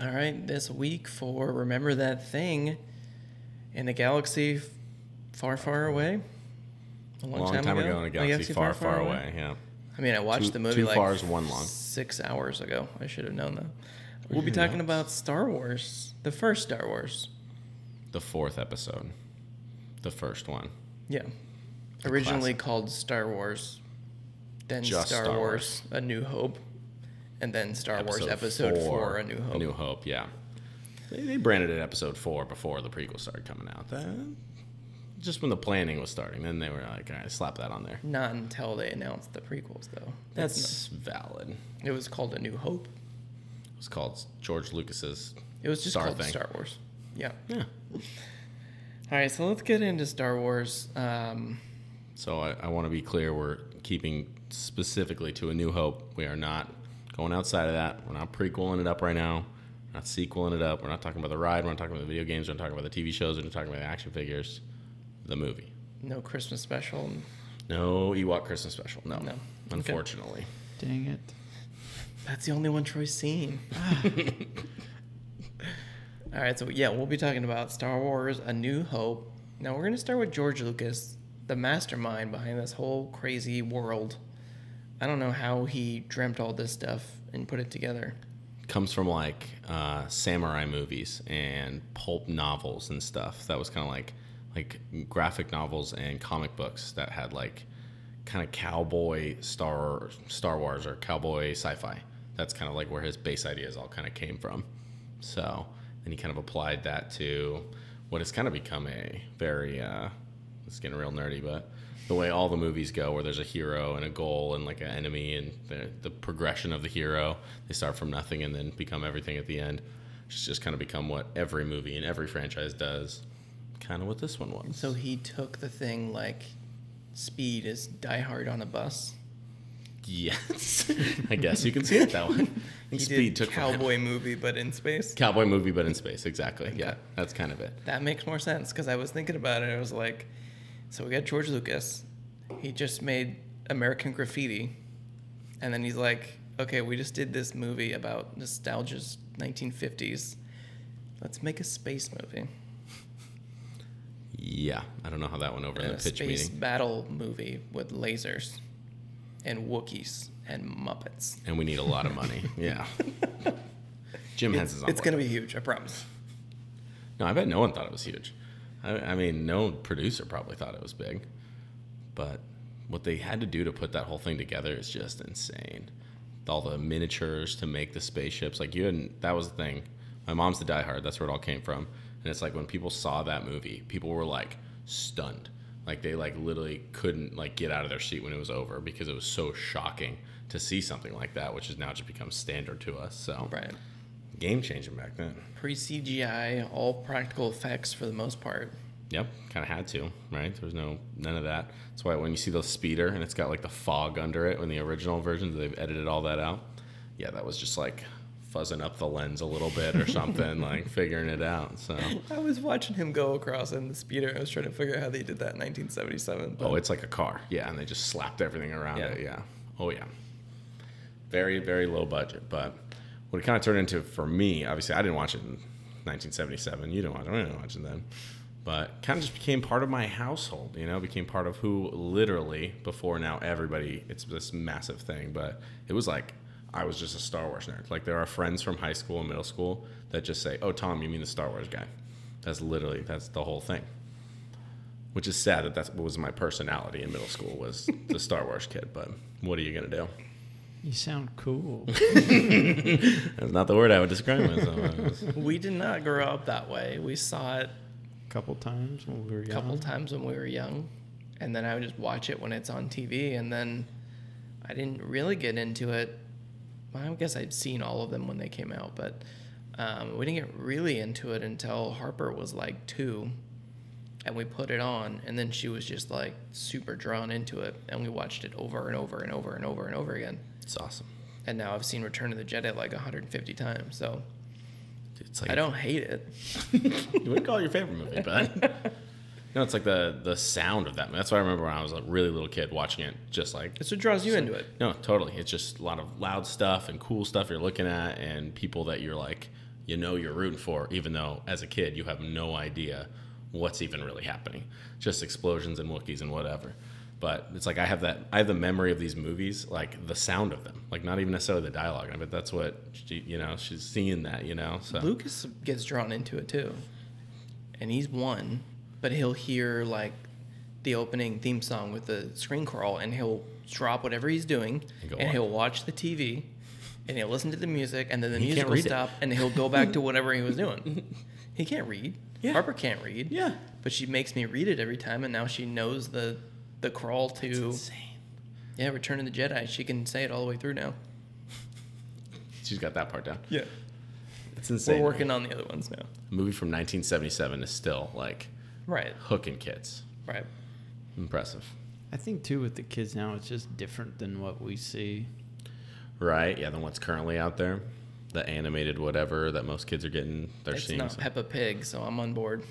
Speaker 1: All right, this week for remember that thing in the galaxy f- far, far away. A
Speaker 3: A long time, ago,
Speaker 1: Oh,
Speaker 3: in a galaxy far, far, away. Yeah.
Speaker 1: I mean, I watched
Speaker 3: Too-
Speaker 1: the movie
Speaker 3: too
Speaker 1: like
Speaker 3: far is one long.
Speaker 1: six hours ago. I should have known that. We'll be talking about Star Wars, the first Star Wars.
Speaker 3: The fourth episode. The first one.
Speaker 1: Yeah, originally called Star Wars, then
Speaker 3: Just
Speaker 1: Star,
Speaker 3: Star
Speaker 1: Wars: A New Hope, and then Star Wars Episode Four, A New Hope.
Speaker 3: A New Hope, yeah. They, they branded it Episode Four before the prequel started coming out. That, just when the planning was starting, then they were like, all right, slap that on there.
Speaker 1: Not until they announced the prequels, though. That's
Speaker 3: That's valid.
Speaker 1: it was called A New Hope.
Speaker 3: It's called George Lucas's.
Speaker 1: It was just
Speaker 3: Star
Speaker 1: called
Speaker 3: thing.
Speaker 1: Star Wars. Yeah.
Speaker 3: Yeah.
Speaker 1: All right, so let's get into Star Wars. Um,
Speaker 3: So I, I want to be clear. We're keeping specifically to A New Hope. We are not going outside of that. We're not prequeling it up right now. We're not sequeling it up. We're not talking about the ride. We're not talking about the video games. We're not talking about the TV shows. We're not talking about the action figures. The movie.
Speaker 1: no Christmas special.
Speaker 3: No Ewok Christmas special. No.
Speaker 1: No. Okay.
Speaker 3: Unfortunately.
Speaker 2: Dang it.
Speaker 1: That's the only one Troy's seen. Ah. All right, so yeah, we'll be talking about Star Wars: A New Hope. Now we're going to start with George Lucas, the mastermind behind this whole crazy world. I don't know how he dreamt all this stuff and put it together.
Speaker 3: Comes from like uh, samurai movies and pulp novels and stuff. That was kind of like like graphic novels and comic books that had like kind of cowboy star Star Wars or cowboy sci-fi. That's kind of like where his base ideas all kind of came from. So then he kind of applied that to what has kind of become a very uh, it's getting real nerdy, but the way all the movies go, where there's a hero and a goal and like an enemy and the, the progression of the hero, they start from nothing and then become everything at the end. It's just kind of become what every movie and every franchise does. Kind of what this one was.
Speaker 1: So he took the thing like Speed is Die Hard on a bus.
Speaker 3: Yes, I guess you can see it that way.
Speaker 1: He
Speaker 3: Speed
Speaker 1: did
Speaker 3: took from him.
Speaker 1: cowboy movie, but in space.
Speaker 3: cowboy movie, but in space. Exactly. Yeah, that's kind of it.
Speaker 1: That makes more sense because I was thinking about it. I was like, so we got George Lucas. He just made American Graffiti. And then he's like, okay, we just did this movie about nostalgia's 1950s. Let's make a space movie,
Speaker 3: Yeah, I don't know how that went over in
Speaker 1: and
Speaker 3: the
Speaker 1: a
Speaker 3: pitch
Speaker 1: Uh, space
Speaker 3: meeting.
Speaker 1: battle movie with lasers and Wookiees and Muppets.
Speaker 3: And we need a lot of money. Yeah. Jim Henson's on
Speaker 1: It's
Speaker 3: board.
Speaker 1: going to be huge, I promise.
Speaker 3: No, I bet no one thought it was huge. I, I mean, no producer probably thought it was big. But what they had to do to put that whole thing together is just insane. All the miniatures to make the spaceships, like you hadn't. That was the thing. My mom's the Die Hard. That's where it all came from. And it's like when people saw that movie, people were like stunned. Like they like literally couldn't like get out of their seat when it was over because it was so shocking to see something like that, which has now just become standard to us. So
Speaker 1: Right.
Speaker 3: game changing back then.
Speaker 1: Pre CGI, all practical effects for the most part.
Speaker 3: Yep, kind of had to, right? There was no none of that. That's why when you see the speeder and it's got like the fog under it, when the original versions they've edited all that out. Yeah, that was just like fuzzing up the lens a little bit or something, like figuring it out. So,
Speaker 1: I was watching him go across in the speeder. I was trying to figure out how they did that in 1977. But
Speaker 3: oh, it's like a car, yeah, and they just slapped everything around
Speaker 1: Yeah.
Speaker 3: it, yeah. Oh yeah, very very low budget, but what it kind of turned into for me, obviously, I didn't watch it in 1977. You didn't watch it. I didn't watch it then. But kind of just became part of my household, you know, became part of who literally before now everybody, it's this massive thing. But it was like I was just a Star Wars nerd. Like there are friends from high school and middle school that just say, oh, Tom, you mean the Star Wars guy. That's literally that's the whole thing. Which is sad that that's what was my personality in middle school was the Star Wars kid. But what are you gonna do?
Speaker 2: You sound cool.
Speaker 3: That's not the word I would describe myself. as.
Speaker 1: We did not grow up that way. We saw it
Speaker 2: couple times when we were
Speaker 1: a
Speaker 2: young.
Speaker 1: couple times when we were young, and then I would just watch it when it's on TV, and then I didn't really get into it. Well, I guess I'd seen all of them when they came out, but um, we didn't get really into it until Harper was like two, and we put it on, and then she was just like super drawn into it, and we watched it over and over and over and over and over again.
Speaker 3: It's awesome.
Speaker 1: And now I've seen Return of the Jedi like 150 times, so
Speaker 3: It's like
Speaker 1: I don't hate it.
Speaker 3: You wouldn't call it your favorite movie, but no, it's like the the sound of that. That's what I remember when I was a really little kid watching it. Just like
Speaker 1: It's what draws you into it.
Speaker 3: no, totally. It's just a lot of loud stuff and cool stuff you're looking at, and people that you're like, you know, you're rooting for, even though as a kid you have no idea what's even really happening. Just explosions and Wookiees and whatever. But it's like I have that I have the memory of these movies, like the sound of them, like not even necessarily the dialogue. I mean, that's what she, you know. She's seeing that, you know. So
Speaker 1: Lucas gets drawn into it too, and he's one, but he'll hear like the opening theme song with the screen crawl, and he'll drop whatever he's doing,
Speaker 3: And
Speaker 1: and,
Speaker 3: go on.
Speaker 1: he'll watch the TV, and he'll listen to the music, and then the
Speaker 3: He
Speaker 1: music
Speaker 3: can't
Speaker 1: will
Speaker 3: read it.
Speaker 1: stop, and he'll go back to whatever he was doing. he can't read. Harper can't read.
Speaker 3: Yeah.
Speaker 1: but she makes me read it every time, and now she knows the the crawl to yeah, Return of the Jedi. She can say it all the way through now.
Speaker 3: she's got that part down.
Speaker 1: Yeah,
Speaker 3: It's insane.
Speaker 1: we're working on the other ones now.
Speaker 3: movie from 1977 is still like
Speaker 1: Right,
Speaker 3: hooking kids.
Speaker 1: right.
Speaker 3: Impressive,
Speaker 2: I think too with the kids now, it's just different than what we see.
Speaker 3: right? Yeah, than what's currently out there, the animated whatever that most kids are getting. They're
Speaker 1: It's
Speaker 3: seeing.
Speaker 1: not Peppa Pig, so I'm on board.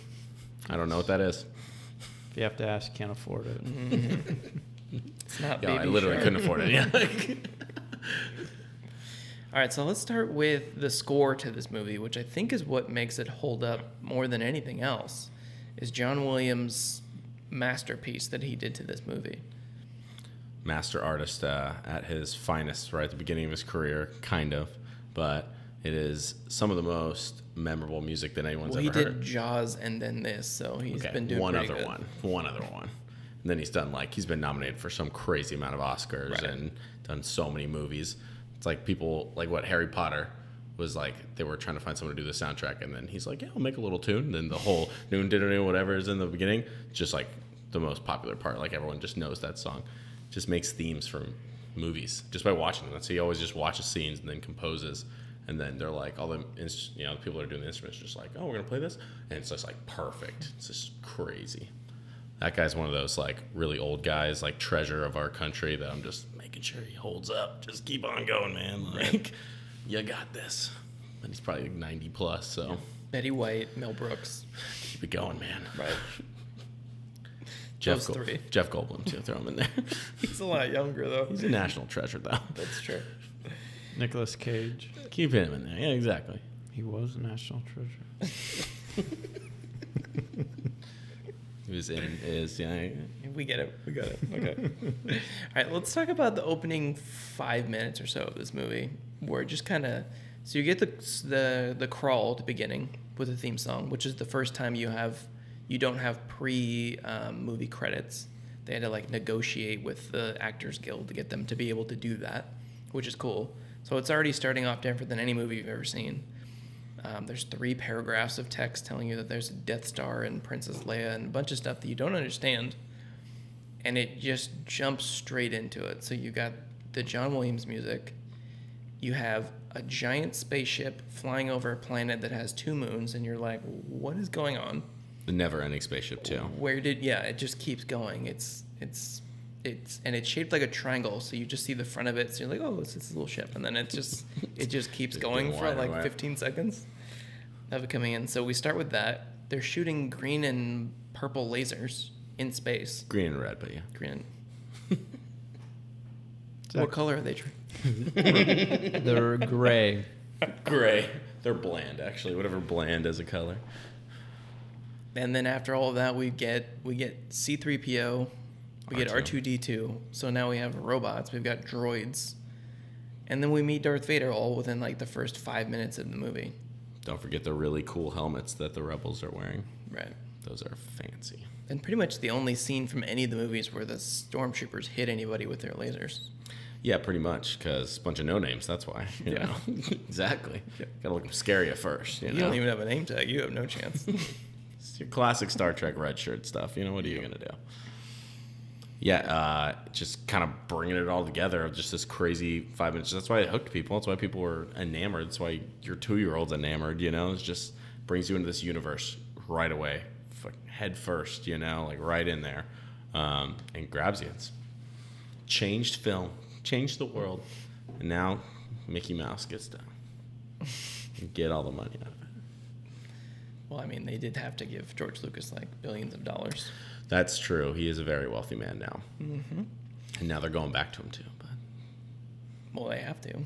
Speaker 3: I don't know what that is.
Speaker 2: If you have to ask, can't afford it.
Speaker 1: It's not
Speaker 3: Yeah,
Speaker 1: baby
Speaker 3: I literally
Speaker 1: shark.
Speaker 3: couldn't afford it. Yeah,
Speaker 1: All right, so let's start with the score to this movie, which I think is what makes it hold up more than anything else. Is John Williams' masterpiece that he did to this movie?
Speaker 3: master artist uh, at his finest, right at the beginning of his career, kind of, but it is some of the most memorable music that anyone's
Speaker 1: Well, he
Speaker 3: ever
Speaker 1: did
Speaker 3: heard.
Speaker 1: Jaws and then this, so he's been doing
Speaker 3: one
Speaker 1: pretty
Speaker 3: other
Speaker 1: good.
Speaker 3: one, one other one, and then he's done like he's been nominated for some crazy amount of Oscars
Speaker 1: Right.
Speaker 3: and done so many movies. It's like people like what Harry Potter was like they were trying to find someone to do the soundtrack, and then he's like, yeah, I'll make a little tune. And then the whole noon dinner noon whatever is in the beginning, just like the most popular part. Like everyone just knows that song. Just makes themes from movies just by watching them. So he always just watches scenes and then composes. And then they're like, all the ins- you know the people that are doing the instruments are just like, oh, we're gonna play this, and it's just like perfect. It's just crazy. That guy's one of those like really old guys, like treasure of our country that I'm just making sure he holds up. Just keep on going, man. Like you got this. And he's probably like 90 plus, so
Speaker 1: Betty White, Mel Brooks,
Speaker 3: keep it going, man.
Speaker 1: right?
Speaker 3: Jeff
Speaker 1: Those three.
Speaker 3: Jeff Goldblum too. Throw him in there.
Speaker 1: he's a lot younger though.
Speaker 3: he's a national treasure though.
Speaker 1: That's true.
Speaker 2: Nicolas Cage,
Speaker 3: Keep him in there. Yeah, exactly.
Speaker 2: he was a national treasure.
Speaker 3: He was in is yeah.
Speaker 1: We get it. We got it. Okay. All right, let's talk about the opening five minutes or so of this movie, where it just kind of so you get the the the crawl at the beginning with the theme song, which is the first time you have you don't have pre um, movie credits. They had to like negotiate with the Actors Guild to get them to be able to do that, which is cool. So it's already starting off different than any movie you've ever seen. Um, there's three paragraphs of text telling you that there's a Death Star and Princess Leia and a bunch of stuff that you don't understand and it just jumps straight into it. So you got the John Williams music, you have a giant spaceship flying over a planet that has two moons, and you're like, what is going on?
Speaker 3: The never ending spaceship too.
Speaker 1: Where did yeah? It just keeps going. It's it's it's and it's shaped like a triangle, so you just see the front of it. So you're like, oh, it's this little ship, and then it just it just keeps
Speaker 3: Just
Speaker 1: going
Speaker 3: getting
Speaker 1: for
Speaker 3: wider,
Speaker 1: like
Speaker 3: wider.
Speaker 1: 15 seconds of it coming in. So we start with that. They're shooting green and purple lasers in space.
Speaker 3: Green and red, but yeah.
Speaker 1: Green.
Speaker 2: Is
Speaker 1: What color are they? Tr-
Speaker 2: that- They're gray.
Speaker 3: Gray. They're bland, actually. Whatever bland is a color.
Speaker 1: And then after all of that, we get we get C3PO, we get
Speaker 3: R2.
Speaker 1: R2D2. So now we have robots, we've got droids, and then we meet Darth Vader all within like the first five minutes of the movie.
Speaker 3: Don't forget the really cool helmets that the Rebels are wearing.
Speaker 1: Right.
Speaker 3: Those are fancy.
Speaker 1: And pretty much the only scene from any of the movies where the stormtroopers hit anybody with their lasers.
Speaker 3: Yeah, pretty much, because bunch of no names. That's why. You
Speaker 1: Yeah.
Speaker 3: know? exactly. Gotta look scary at first. You,
Speaker 1: You
Speaker 3: know,
Speaker 1: don't even have a name tag. You have no chance.
Speaker 3: it's your classic Star Trek red shirt stuff. You know, what are you gonna do? Yeah, uh, just kind of bringing it all together. Just this crazy five minutes. That's why it hooked people. That's why people were enamored. That's why your two year old's enamored. You know, it just brings you into this universe right away, fuck, head first. You know, like right in there, um, and grabs you. It's changed film, changed the world, and now Mickey Mouse gets down. Get all the money out of it.
Speaker 1: well, I mean, they did have to give George Lucas like billions of dollars.
Speaker 3: That's true. He is a very wealthy man now. Mm-hmm. And now they're going back to him too. But
Speaker 1: Well, they have to.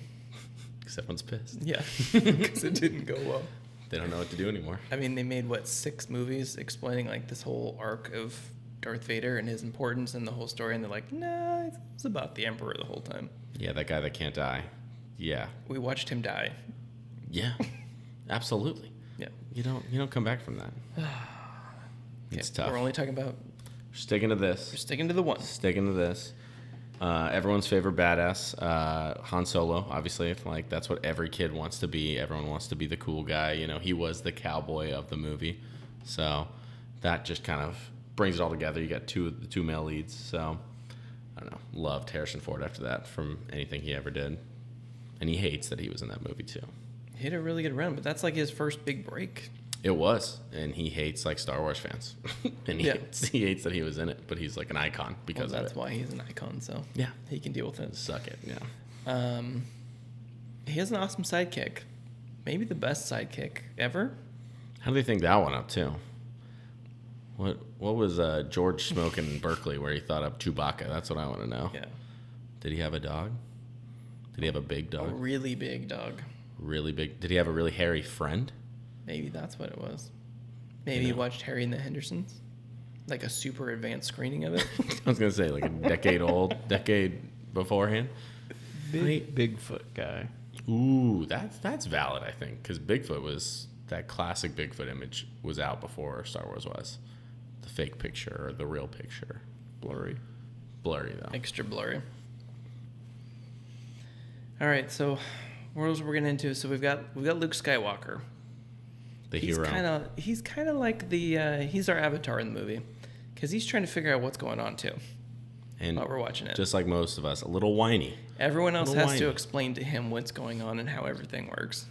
Speaker 3: because everyone's pissed.
Speaker 1: Yeah, because it didn't go well.
Speaker 3: They don't know what to do anymore.
Speaker 1: I mean, they made what six movies explaining like this whole arc of Darth Vader and his importance and the whole story, and they're like, nah, it was about the Emperor the whole time.
Speaker 3: Yeah, that guy that can't die. Yeah.
Speaker 1: We watched him die.
Speaker 3: Yeah. Absolutely.
Speaker 1: Yeah,
Speaker 3: You don't you don't come back from that. It's tough.
Speaker 1: We're only talking about
Speaker 3: Sticking to this.
Speaker 1: we're sticking to the one.
Speaker 3: Sticking to this. Uh, everyone's favorite badass, uh, Han Solo. Obviously, like that's what every kid wants to be. Everyone wants to be the cool guy. You know, he was the cowboy of the movie, so that just kind of brings it all together. You got two the two male leads, so I don't know. Loved Harrison Ford after that from anything he ever did, and he hates that he was in that movie too.
Speaker 1: He had a really good run, but that's like his first big break.
Speaker 3: It was, and he hates like Star Wars fans, and he,
Speaker 1: Yeah.
Speaker 3: hates, he hates that he was in it. But he's like an icon
Speaker 1: Well,
Speaker 3: because of
Speaker 1: that's
Speaker 3: it.
Speaker 1: why he's an icon, so
Speaker 3: Yeah,
Speaker 1: he can deal with it.
Speaker 3: suck it. Yeah.
Speaker 1: Um, he has an awesome sidekick, maybe the best sidekick ever.
Speaker 3: How do they think that one up too? What what was uh, George smoking in Berkeley where he thought up Chewbacca? That's what I want to know.
Speaker 1: Yeah,
Speaker 3: Did he have a dog? Did he have a big
Speaker 1: a
Speaker 3: dog?
Speaker 1: really big dog.
Speaker 3: Really big? Did he have a really hairy friend?
Speaker 1: Maybe that's what it was. Maybe you
Speaker 3: know.
Speaker 1: watched Harry and the Hendersons, like a super advanced screening of it.
Speaker 3: I was gonna say like a decade old, decade beforehand.
Speaker 2: Big Bigfoot guy.
Speaker 3: Ooh, that's that's valid, I think, because Bigfoot was that classic Bigfoot image was out before Star Wars was, the fake picture or the real picture,
Speaker 2: Blurry.
Speaker 3: blurry though.
Speaker 1: Extra blurry. All right, so worlds we're getting into. So we've got we've got Luke Skywalker.
Speaker 3: The
Speaker 1: he's
Speaker 3: hero.
Speaker 1: kind of he's kind of like the uh, he's our avatar in the movie because he's trying to figure out what's going on too
Speaker 3: and
Speaker 1: while we're watching it.
Speaker 3: Mm. just like most of us, a little whiny.
Speaker 1: Everyone else
Speaker 3: little
Speaker 1: has to
Speaker 3: whiny.
Speaker 1: explain to him what's going on and how everything works,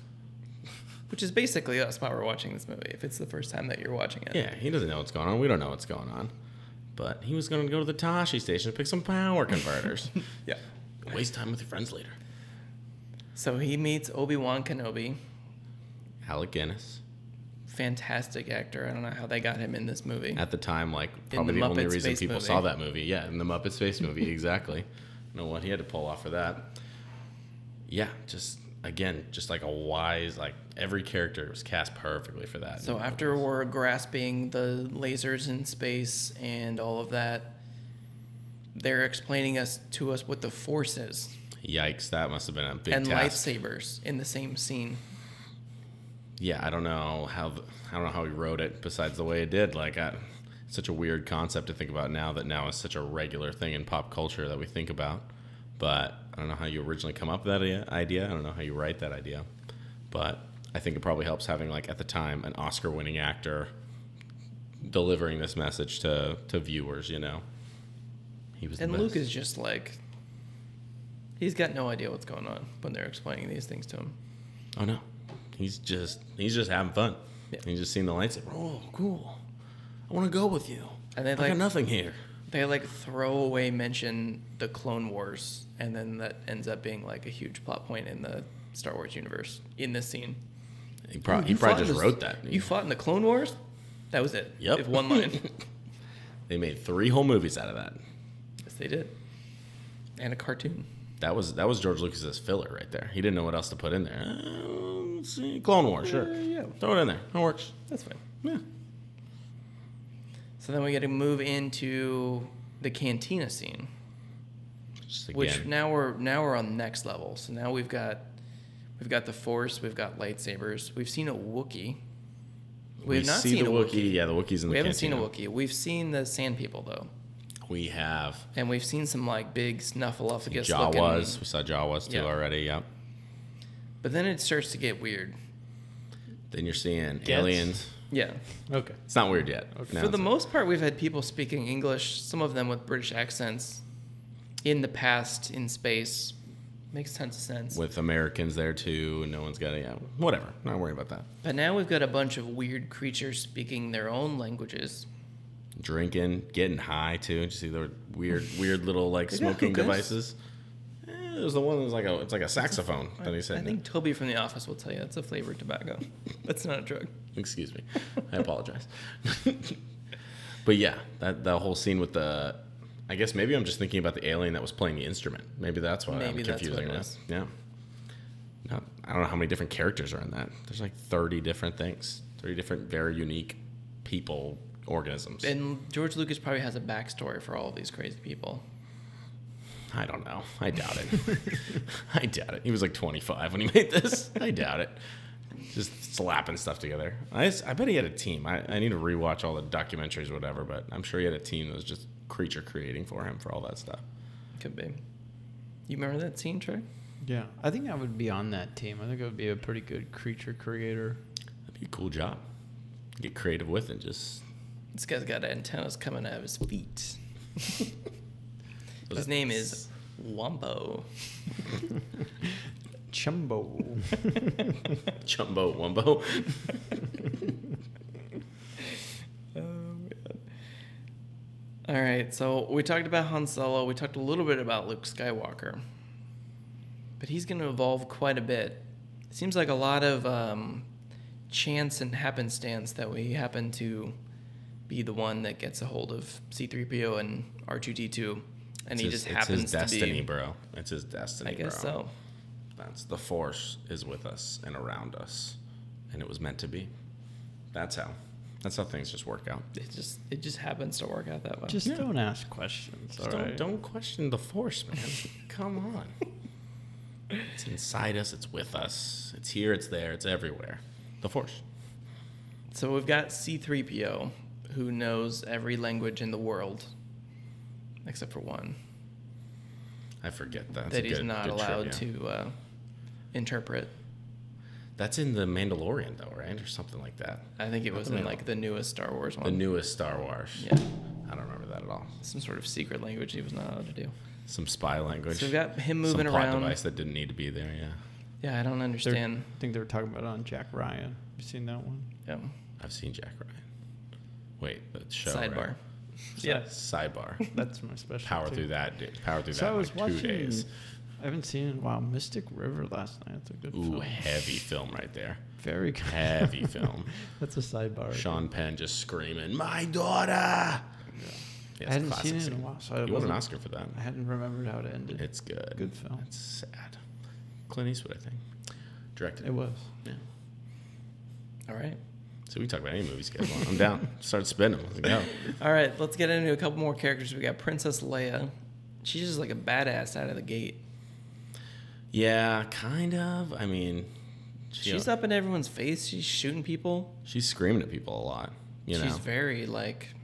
Speaker 1: which is basically us while we're watching this movie. If it's the first time that you're watching it,
Speaker 3: Yeah, he doesn't know what's going on. We don't know what's going on. But he was going to go to the Tashi station to pick some power converters.
Speaker 1: yeah.
Speaker 3: Waste time with your friends later.
Speaker 1: So he meets Obi Wan Kenobi,
Speaker 3: Alec Guinness.
Speaker 1: fantastic actor. I don't know how they got him in this movie.
Speaker 3: At the time, like,
Speaker 1: the
Speaker 3: probably the, only
Speaker 1: Muppet
Speaker 3: reason
Speaker 1: Space
Speaker 3: people
Speaker 1: movie.
Speaker 3: saw that movie. Yeah, in the Muppet Space movie, exactly. You know what he had to pull off for that. Yeah, just, again, just like a wise, like, every character was cast perfectly for that.
Speaker 1: So after we're grasping the lasers in space and all of that, they're explaining us to us what the force is
Speaker 3: Yikes, that must have been a big
Speaker 1: and
Speaker 3: task.
Speaker 1: lightsabers in the same scene.
Speaker 3: yeah, I don't know how th- I don't know how he wrote it. Besides the way it did, like I, it's such a weird concept to think about now that now is such a regular thing in pop culture that we think about. But I don't know how you originally come up with that idea- idea. I don't know how you write that idea, but I think it probably helps having like at the time an Oscar-winning actor delivering this message to to viewers. You know, he was.
Speaker 1: And
Speaker 3: the
Speaker 1: Luke
Speaker 3: best.
Speaker 1: is just like, he's got no idea what's going on when they're explaining these things to him.
Speaker 3: Oh no, he's just he's just having fun.
Speaker 1: Yeah.
Speaker 3: He's just seeing the lightsaber. Oh, cool! I want to go with you.
Speaker 1: And they
Speaker 3: I
Speaker 1: like
Speaker 3: got nothing here.
Speaker 1: they like throw away mention the Clone Wars, and then that ends up being like a huge plot point in the Star Wars universe in this scene.
Speaker 3: He, prob-
Speaker 1: Ooh,
Speaker 3: he
Speaker 1: you fought
Speaker 3: probably
Speaker 1: in
Speaker 3: just
Speaker 1: this-
Speaker 3: wrote that.
Speaker 1: You fought in the Clone Wars. That was it.
Speaker 3: Yep.
Speaker 1: If one line.
Speaker 3: they made three whole movies out of that.
Speaker 1: yes, they did. And a cartoon.
Speaker 3: That was that was George Lucas's filler right there. He didn't know what else to put in there. Uh, let's see. Clone Wars, sure.
Speaker 1: Yeah, yeah.
Speaker 3: Throw it in there. That works.
Speaker 1: That's fine.
Speaker 3: Yeah.
Speaker 1: So then we got to move into the cantina scene.
Speaker 3: Just again,
Speaker 1: which now we're now we're on the next level so now we've got We've got the Force. We've got lightsabers. We've seen a Wookiee. We
Speaker 3: We
Speaker 1: have not
Speaker 3: see
Speaker 1: seen
Speaker 3: the
Speaker 1: a
Speaker 3: Wookiee.
Speaker 1: Wookiee.
Speaker 3: Yeah, the Wookiee's in
Speaker 1: We
Speaker 3: the
Speaker 1: haven't seen a Wookiee.
Speaker 3: cantina.
Speaker 1: We've seen the Sand People though,
Speaker 3: We have
Speaker 1: and we've seen some like big snuffleupagus looking.
Speaker 3: Jawas. We saw Jawas too
Speaker 1: Yeah.
Speaker 3: already. Yep.
Speaker 1: But then it starts to get weird.
Speaker 3: Then you're seeing
Speaker 2: Gets-
Speaker 3: aliens.
Speaker 1: Yeah.
Speaker 2: Okay.
Speaker 3: It's not weird yet. No,
Speaker 1: For the
Speaker 3: it's-
Speaker 1: most part, we've had people speaking English, some of them with British accents, in the past, in space. Makes tons of sense.
Speaker 3: with Americans there too, and no one's got it. Yeah, whatever. Not worrying about that.
Speaker 1: But now we've got a bunch of weird creatures speaking their own languages.
Speaker 3: Drinking, getting high too. Did you see the weird, weird little like
Speaker 1: They got
Speaker 3: smoking
Speaker 1: hookahs.
Speaker 3: devices? Eh, there's the one that's like a, it's like a saxophone that he said.
Speaker 1: I think Toby from The Office will tell you that's a flavored tobacco. That's not a drug.
Speaker 3: Excuse me. I apologize. but yeah, that that whole scene with the I guess maybe I'm just thinking about the alien that was playing the instrument. Maybe that's why
Speaker 1: Maybe
Speaker 3: I'm
Speaker 1: that's what
Speaker 3: confusing
Speaker 1: it
Speaker 3: this.
Speaker 1: is.
Speaker 3: Yeah. No, I don't know how many different characters are in that. There's like 30 different things, 30 different very unique people organisms.
Speaker 1: And George Lucas probably has a backstory for all of these crazy people.
Speaker 3: I don't know. I doubt it. I doubt it. He was like 25 when he made this. I doubt it. Just slapping stuff together. I, s- I bet he had a team. I, I need to rewatch all the documentaries or whatever, but I'm sure he had a team that was just creature creating for him for all that stuff.
Speaker 1: Could be. You remember that scene, Trey?
Speaker 2: Yeah. I think I would be on that team. I think I would be a pretty good creature creator.
Speaker 3: That'd be a cool job. Get creative with it. Just
Speaker 1: This guy's got antennas coming out of his feet. His name is Wombo.
Speaker 2: Chumbo.
Speaker 1: Oh,
Speaker 3: Chumbo Wumbo.
Speaker 1: All right, so we talked about Han Solo. We talked a little bit about Luke Skywalker, but he's going to evolve quite a bit. It seems like a lot of um, chance and happenstance that we happen to be the one that gets a hold of C-3PO and R2D2, and
Speaker 3: It's
Speaker 1: he
Speaker 3: his-
Speaker 1: just
Speaker 3: it's
Speaker 1: happens
Speaker 3: his destiny,
Speaker 1: to be.
Speaker 3: bro. It's his destiny,
Speaker 1: I guess
Speaker 3: bro.
Speaker 1: so.
Speaker 3: That's the force is with us and around us, and it was meant to be. That's how. That's how things just work out.
Speaker 1: It just it just happens to work out that way.
Speaker 2: Just don't ask questions.
Speaker 3: Just
Speaker 2: all
Speaker 3: don't,
Speaker 2: right?
Speaker 3: don't question the force, man. Come on. It's inside us. It's with us. It's here. It's there. It's everywhere. The force.
Speaker 1: So we've got C3PO, who knows every language in the world, except for one
Speaker 3: I forget that.
Speaker 1: that he's not allowed to uh, interpret.
Speaker 3: That's in the Mandalorian, though, right, or something like that.
Speaker 1: I think it was in
Speaker 3: main
Speaker 1: like the newest Star Wars
Speaker 3: The
Speaker 1: one.
Speaker 3: newest Star Wars.
Speaker 1: yeah,
Speaker 3: I don't remember that at all.
Speaker 1: some sort of secret language he was not allowed to do.
Speaker 3: Some spy language.
Speaker 1: So we've got him
Speaker 3: some
Speaker 1: moving
Speaker 3: plot
Speaker 1: around.
Speaker 3: device that didn't need to be there. Yeah,
Speaker 1: Yeah, I don't
Speaker 2: They're-
Speaker 1: understand.
Speaker 2: I think they were talking about it on Jack Ryan. You seen that one?
Speaker 1: Yeah.
Speaker 3: I've seen Jack Ryan. Wait, the show. right?
Speaker 1: Sidebar.
Speaker 2: Yeah.
Speaker 3: Sidebar.
Speaker 2: That's my special.
Speaker 3: Power through that. Dude. Power through
Speaker 2: So
Speaker 3: that.
Speaker 2: I
Speaker 3: in
Speaker 2: was
Speaker 3: like
Speaker 2: watching.
Speaker 3: two days.
Speaker 2: I haven't seen it. in a while. Mystic River last night. That's a good
Speaker 3: Ooh,
Speaker 2: film.
Speaker 3: heavy film right there.
Speaker 2: Very good.
Speaker 3: Heavy film.
Speaker 2: That's a sidebar.
Speaker 3: Sean Penn just screaming, "My daughter!" Yeah, it's
Speaker 2: I hadn't
Speaker 3: classic
Speaker 2: seen it in a
Speaker 3: scene.
Speaker 2: while, so I,
Speaker 3: You won an
Speaker 2: wasn't,
Speaker 3: Oscar for that.
Speaker 2: I hadn't remembered how it ended.
Speaker 3: It's good.
Speaker 2: good film.
Speaker 3: It's sad. Clint Eastwood, I think, directed
Speaker 2: It
Speaker 3: it.
Speaker 2: was.
Speaker 3: Yeah.
Speaker 1: All right.
Speaker 3: So we can talk about any movies, guys. want. I'm down. Start spinning. Let's go.
Speaker 1: All right. Let's get into a couple more characters. We got Princess Leia. She's just like a badass out of the gate.
Speaker 3: Yeah, kind of. I mean, she- uh,
Speaker 1: She's up in everyone's face. She's shooting people.
Speaker 3: She's screaming at people a lot. You know,
Speaker 1: She's very like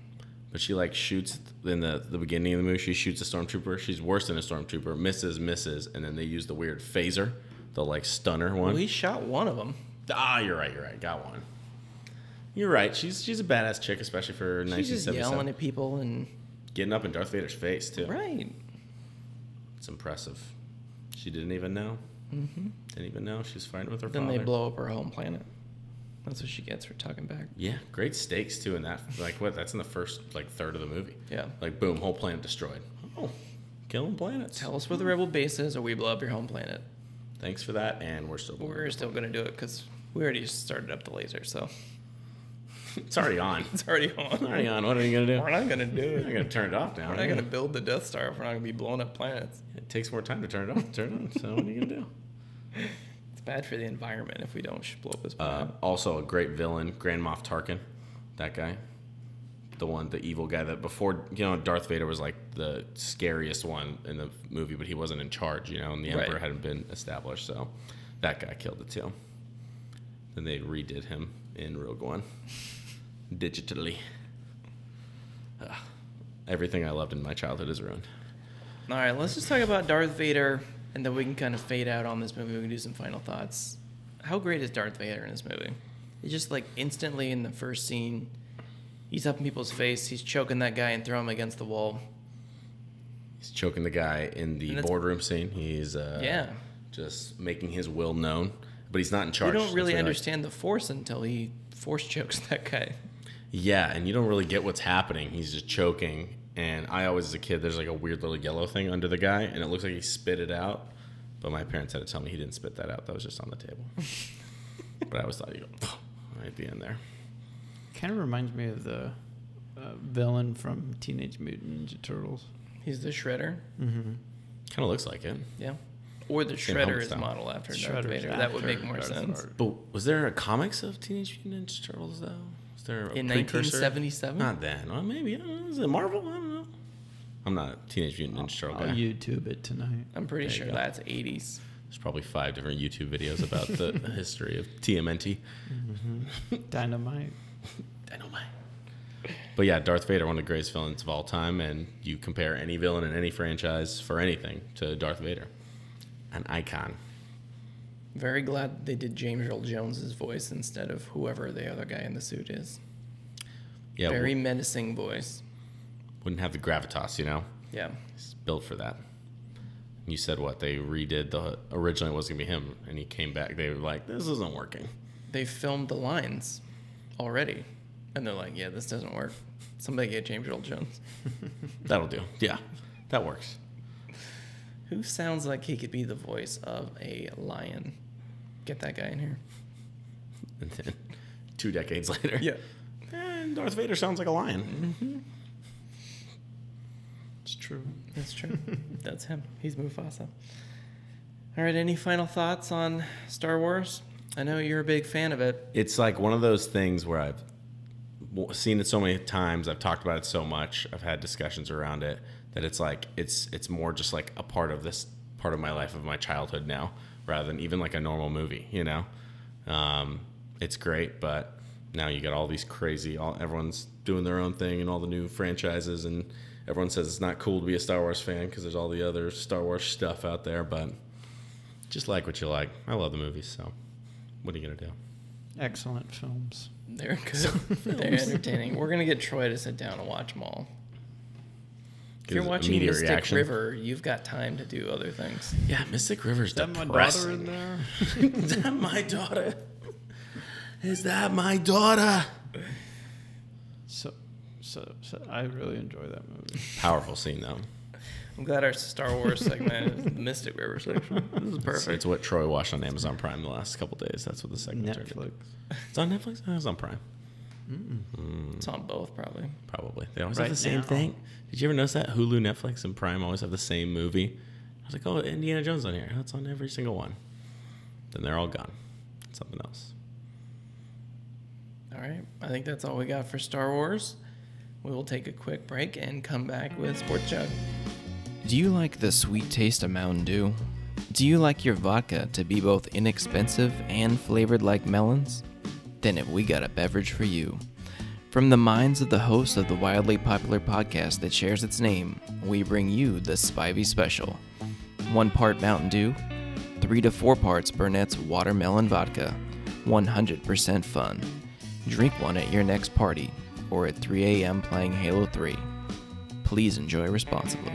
Speaker 3: But she like shoots in the the beginning of the movie. She shoots a stormtrooper. She's worse than a stormtrooper. Misses, misses, and then they use the weird phaser, the like stunner one.
Speaker 1: we shot one of them.
Speaker 3: ah, you're right. You're right. Got one. You're right. She's she's a badass chick, especially for
Speaker 1: She's just
Speaker 3: 1977.
Speaker 1: yelling at people and
Speaker 3: Getting up in Darth Vader's face too.
Speaker 1: right.
Speaker 3: It's impressive. She didn't even know. Didn't even know she's fighting with her
Speaker 1: Mm-hmm. Then
Speaker 3: father.
Speaker 1: they blow up her home planet. That's what she gets for talking back.
Speaker 3: Yeah, great stakes too in that. Like what? That's in the first like third of the movie.
Speaker 1: Yeah.
Speaker 3: Like boom, whole planet destroyed. Oh, killing planets.
Speaker 1: Tell us where the rebel base is, or we blow up your home planet.
Speaker 3: Thanks for that, and we're still.
Speaker 1: We're still gonna do it because we already started up the laser, so
Speaker 3: It's already on.
Speaker 1: it's already on.
Speaker 3: It's already on. What are you gonna do?
Speaker 1: We're not gonna do
Speaker 3: You're not
Speaker 1: it.
Speaker 3: gonna turn it off now.
Speaker 1: We're
Speaker 3: are
Speaker 1: not
Speaker 3: you?
Speaker 1: gonna build the Death Star if we're not gonna be blowing up planets.
Speaker 3: It takes more time to turn it off. than Turn it on. So what are you gonna do?
Speaker 1: It's bad for the environment if we don't sh- blow up this
Speaker 3: Uh,
Speaker 1: planet.
Speaker 3: also, a great villain, Grand Moff Tarkin. That guy, the one, the evil guy that before you know Darth Vader was like the scariest one in the movie, but he wasn't in charge. You know, and the
Speaker 1: Right.
Speaker 3: Emperor hadn't been established. So That guy killed it too. Then they redid him in Rogue One digitally. Ugh. Everything I loved in my childhood is ruined.
Speaker 1: All right, let's just talk about Darth Vader, and then we can kind of fade out on this movie. We can do some final thoughts. How great is Darth Vader in this movie? It's just like instantly in the first scene, he's up in people's face, he's choking that guy and throwing him against the wall.
Speaker 3: He's choking the guy in
Speaker 1: And
Speaker 3: the
Speaker 1: that's-
Speaker 3: boardroom scene. He's uh,
Speaker 1: Yeah.
Speaker 3: just making his will known, but he's not in charge.
Speaker 1: You
Speaker 3: That's
Speaker 1: don't really
Speaker 3: what I like.
Speaker 1: understand the force until he force chokes that guy.
Speaker 3: Yeah, and you don't really get what's happening. He's just choking. And I always, as a kid, there's like a weird little yellow thing under the guy, and it looks like he spit it out. But my parents had to tell me he didn't spit that out. That was just on the table. but I always thought you go right at the end there.
Speaker 2: Kind of reminds me of the uh, villain from Teenage Mutant Ninja Turtles.
Speaker 1: He's the Shredder.
Speaker 3: Kind of looks like it.
Speaker 1: Yeah. Or the
Speaker 3: Same Hulk
Speaker 1: Shredder is
Speaker 3: style.
Speaker 1: model after Darth
Speaker 2: Shredder's
Speaker 1: Vader. that would
Speaker 2: after
Speaker 1: make more
Speaker 2: Darth
Speaker 1: sense.
Speaker 2: Vader.
Speaker 3: But was there a comics of Teenage Mutant Ninja Turtles though? Was there a
Speaker 1: In
Speaker 3: precursor?
Speaker 1: 1977?
Speaker 3: Not then. Well, maybe. I don't know. Is it Marvel? I don't know. I'm not a Teenage Mutant Ninja Turtle
Speaker 2: I'll
Speaker 3: guy.
Speaker 2: YouTube it tonight.
Speaker 1: I'm pretty
Speaker 3: There you
Speaker 1: sure
Speaker 3: go.
Speaker 1: that's 80s.
Speaker 3: There's probably five different YouTube videos about the history of TMNT.
Speaker 2: Dynamite.
Speaker 3: Dynamite. But yeah, Darth Vader, one of the greatest villains of all time, and you compare any villain in any franchise for anything to Darth Vader, an icon.
Speaker 1: Very glad they did James Earl Jones's voice instead of whoever the other guy in the suit is.
Speaker 3: Yeah,
Speaker 1: Very
Speaker 3: w-
Speaker 1: menacing voice.
Speaker 3: wouldn't have the gravitas, you know.
Speaker 1: Yeah.
Speaker 3: He's built for that. You said what they redid the originally it was gonna be him, and he came back. They were like, "This isn't working."
Speaker 1: They filmed the lines already. And they're like, yeah, this doesn't work. Somebody get James Earl Jones.
Speaker 3: That'll do. Yeah, that works.
Speaker 1: Who sounds like he could be the voice of a lion? Get that guy in here.
Speaker 3: And then two decades later, and Darth Vader sounds like a lion.
Speaker 2: It's true.
Speaker 1: That's true. That's him. He's Mufasa. All right, any final thoughts on Star Wars? I know you're a big fan of it.
Speaker 3: It's like one of those things where I've w- seen it so many times, I've talked about it so much, I've had discussions around it that it's like it's it's more just like a part of this part of my life of my childhood now, rather than even like a normal movie. You know, um, it's great, but now you got all these crazy, all everyone's doing their own thing and all the new franchises, and everyone says it's not cool to be a Star Wars fan because there's all the other Star Wars stuff out there, but just like what you like. I love the movies, so what are you gonna do?
Speaker 2: Excellent films.
Speaker 1: They're good. They're entertaining. We're gonna get Troy to sit down and watch them all. If you're
Speaker 3: Gives
Speaker 1: watching
Speaker 3: immediate
Speaker 1: Mystic
Speaker 3: reaction.
Speaker 1: River, you've got time to do other things.
Speaker 3: Yeah, Mystic River's
Speaker 2: Is that my daughter in
Speaker 3: depressing.
Speaker 2: there?
Speaker 3: Is that my daughter? Is that my daughter?
Speaker 2: So, so, so I really enjoy that movie.
Speaker 3: Powerful scene though.
Speaker 1: I'm glad our Star Wars segment is the Mystic River section. This is
Speaker 3: It's,
Speaker 1: perfect.
Speaker 3: it's what Troy watched on Amazon Prime the last couple days. That's what the segment turned into.
Speaker 2: Netflix.
Speaker 3: It's on Netflix. Oh, it's on Prime.
Speaker 1: It's on both probably.
Speaker 3: Probably. They always
Speaker 2: Right
Speaker 3: have the same
Speaker 2: now.
Speaker 3: thing. Did you ever notice that Hulu, Netflix, and Prime always have the same movie? I was like, oh, Indiana Jones on here. That's on every single one. Then they're all gone. Something else.
Speaker 1: All right. I think that's all we got for Star Wars. We will take a quick break and come back with Sports Jug. Do you like the sweet taste of Mountain Dew? Do you like your vodka to be both inexpensive and flavored like melons? Then have we got a beverage for you. From the minds of the hosts of the wildly popular podcast that shares its name, we bring you the Spivey Special. One part Mountain Dew, three to four parts Burnett's Watermelon Vodka. 100% fun. Drink one at your next party or at 3 a.m. playing Halo 3. Please enjoy responsibly.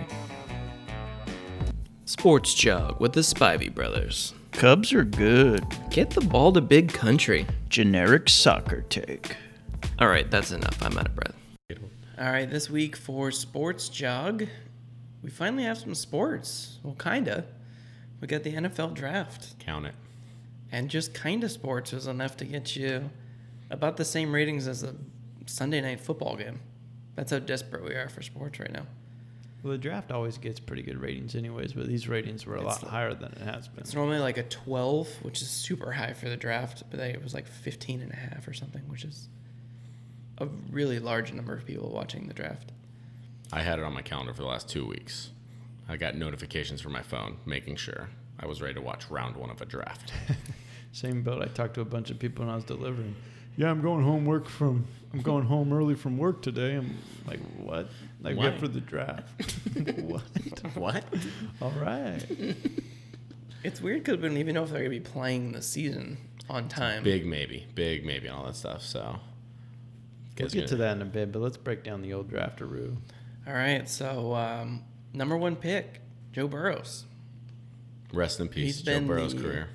Speaker 1: Sports Jog with the Spivey Brothers.
Speaker 4: Cubs are good.
Speaker 1: Get the ball to big country.
Speaker 4: Generic soccer take.
Speaker 1: All right, that's enough. I'm out of breath. All right, this week for Sports Jog, we finally have some sports. Well, kinda. We got the NFL draft.
Speaker 3: Count it.
Speaker 1: and just kind of sports was enough to get you about the same ratings as a Sunday night football game. That's how desperate we are for sports right now.
Speaker 2: Well, the draft always gets pretty good ratings, anyways, but these ratings were a
Speaker 1: It's
Speaker 2: lot
Speaker 1: the-
Speaker 2: higher than it has been.
Speaker 1: It's normally like a 12, which is super high for the draft, but they, it was like 15 and a half or something, which is a really large number of people watching the draft.
Speaker 3: I had it on my calendar for the last two weeks. I got notifications from my phone, making sure I was ready to watch round one of a draft.
Speaker 2: Same boat. I talked to a bunch of people when I was delivering. Yeah, I'm going home work from. I'm going home early from work today. I'm like, what? Like,
Speaker 3: Why?
Speaker 2: what for the draft? what?
Speaker 3: what?
Speaker 2: All right.
Speaker 1: It's weird because we don't even know if they're going to be playing the season on time.
Speaker 3: Big maybe, big maybe, and all that stuff. So,
Speaker 2: We'll
Speaker 3: guys
Speaker 2: get to
Speaker 3: gonna-
Speaker 2: that in a bit, but let's break down the old drafteroo.
Speaker 1: All right, so um, number one pick, Joe Burrows.
Speaker 3: Rest in peace,
Speaker 1: He's
Speaker 3: Joe
Speaker 1: been
Speaker 3: Burrow's
Speaker 1: the-
Speaker 3: career.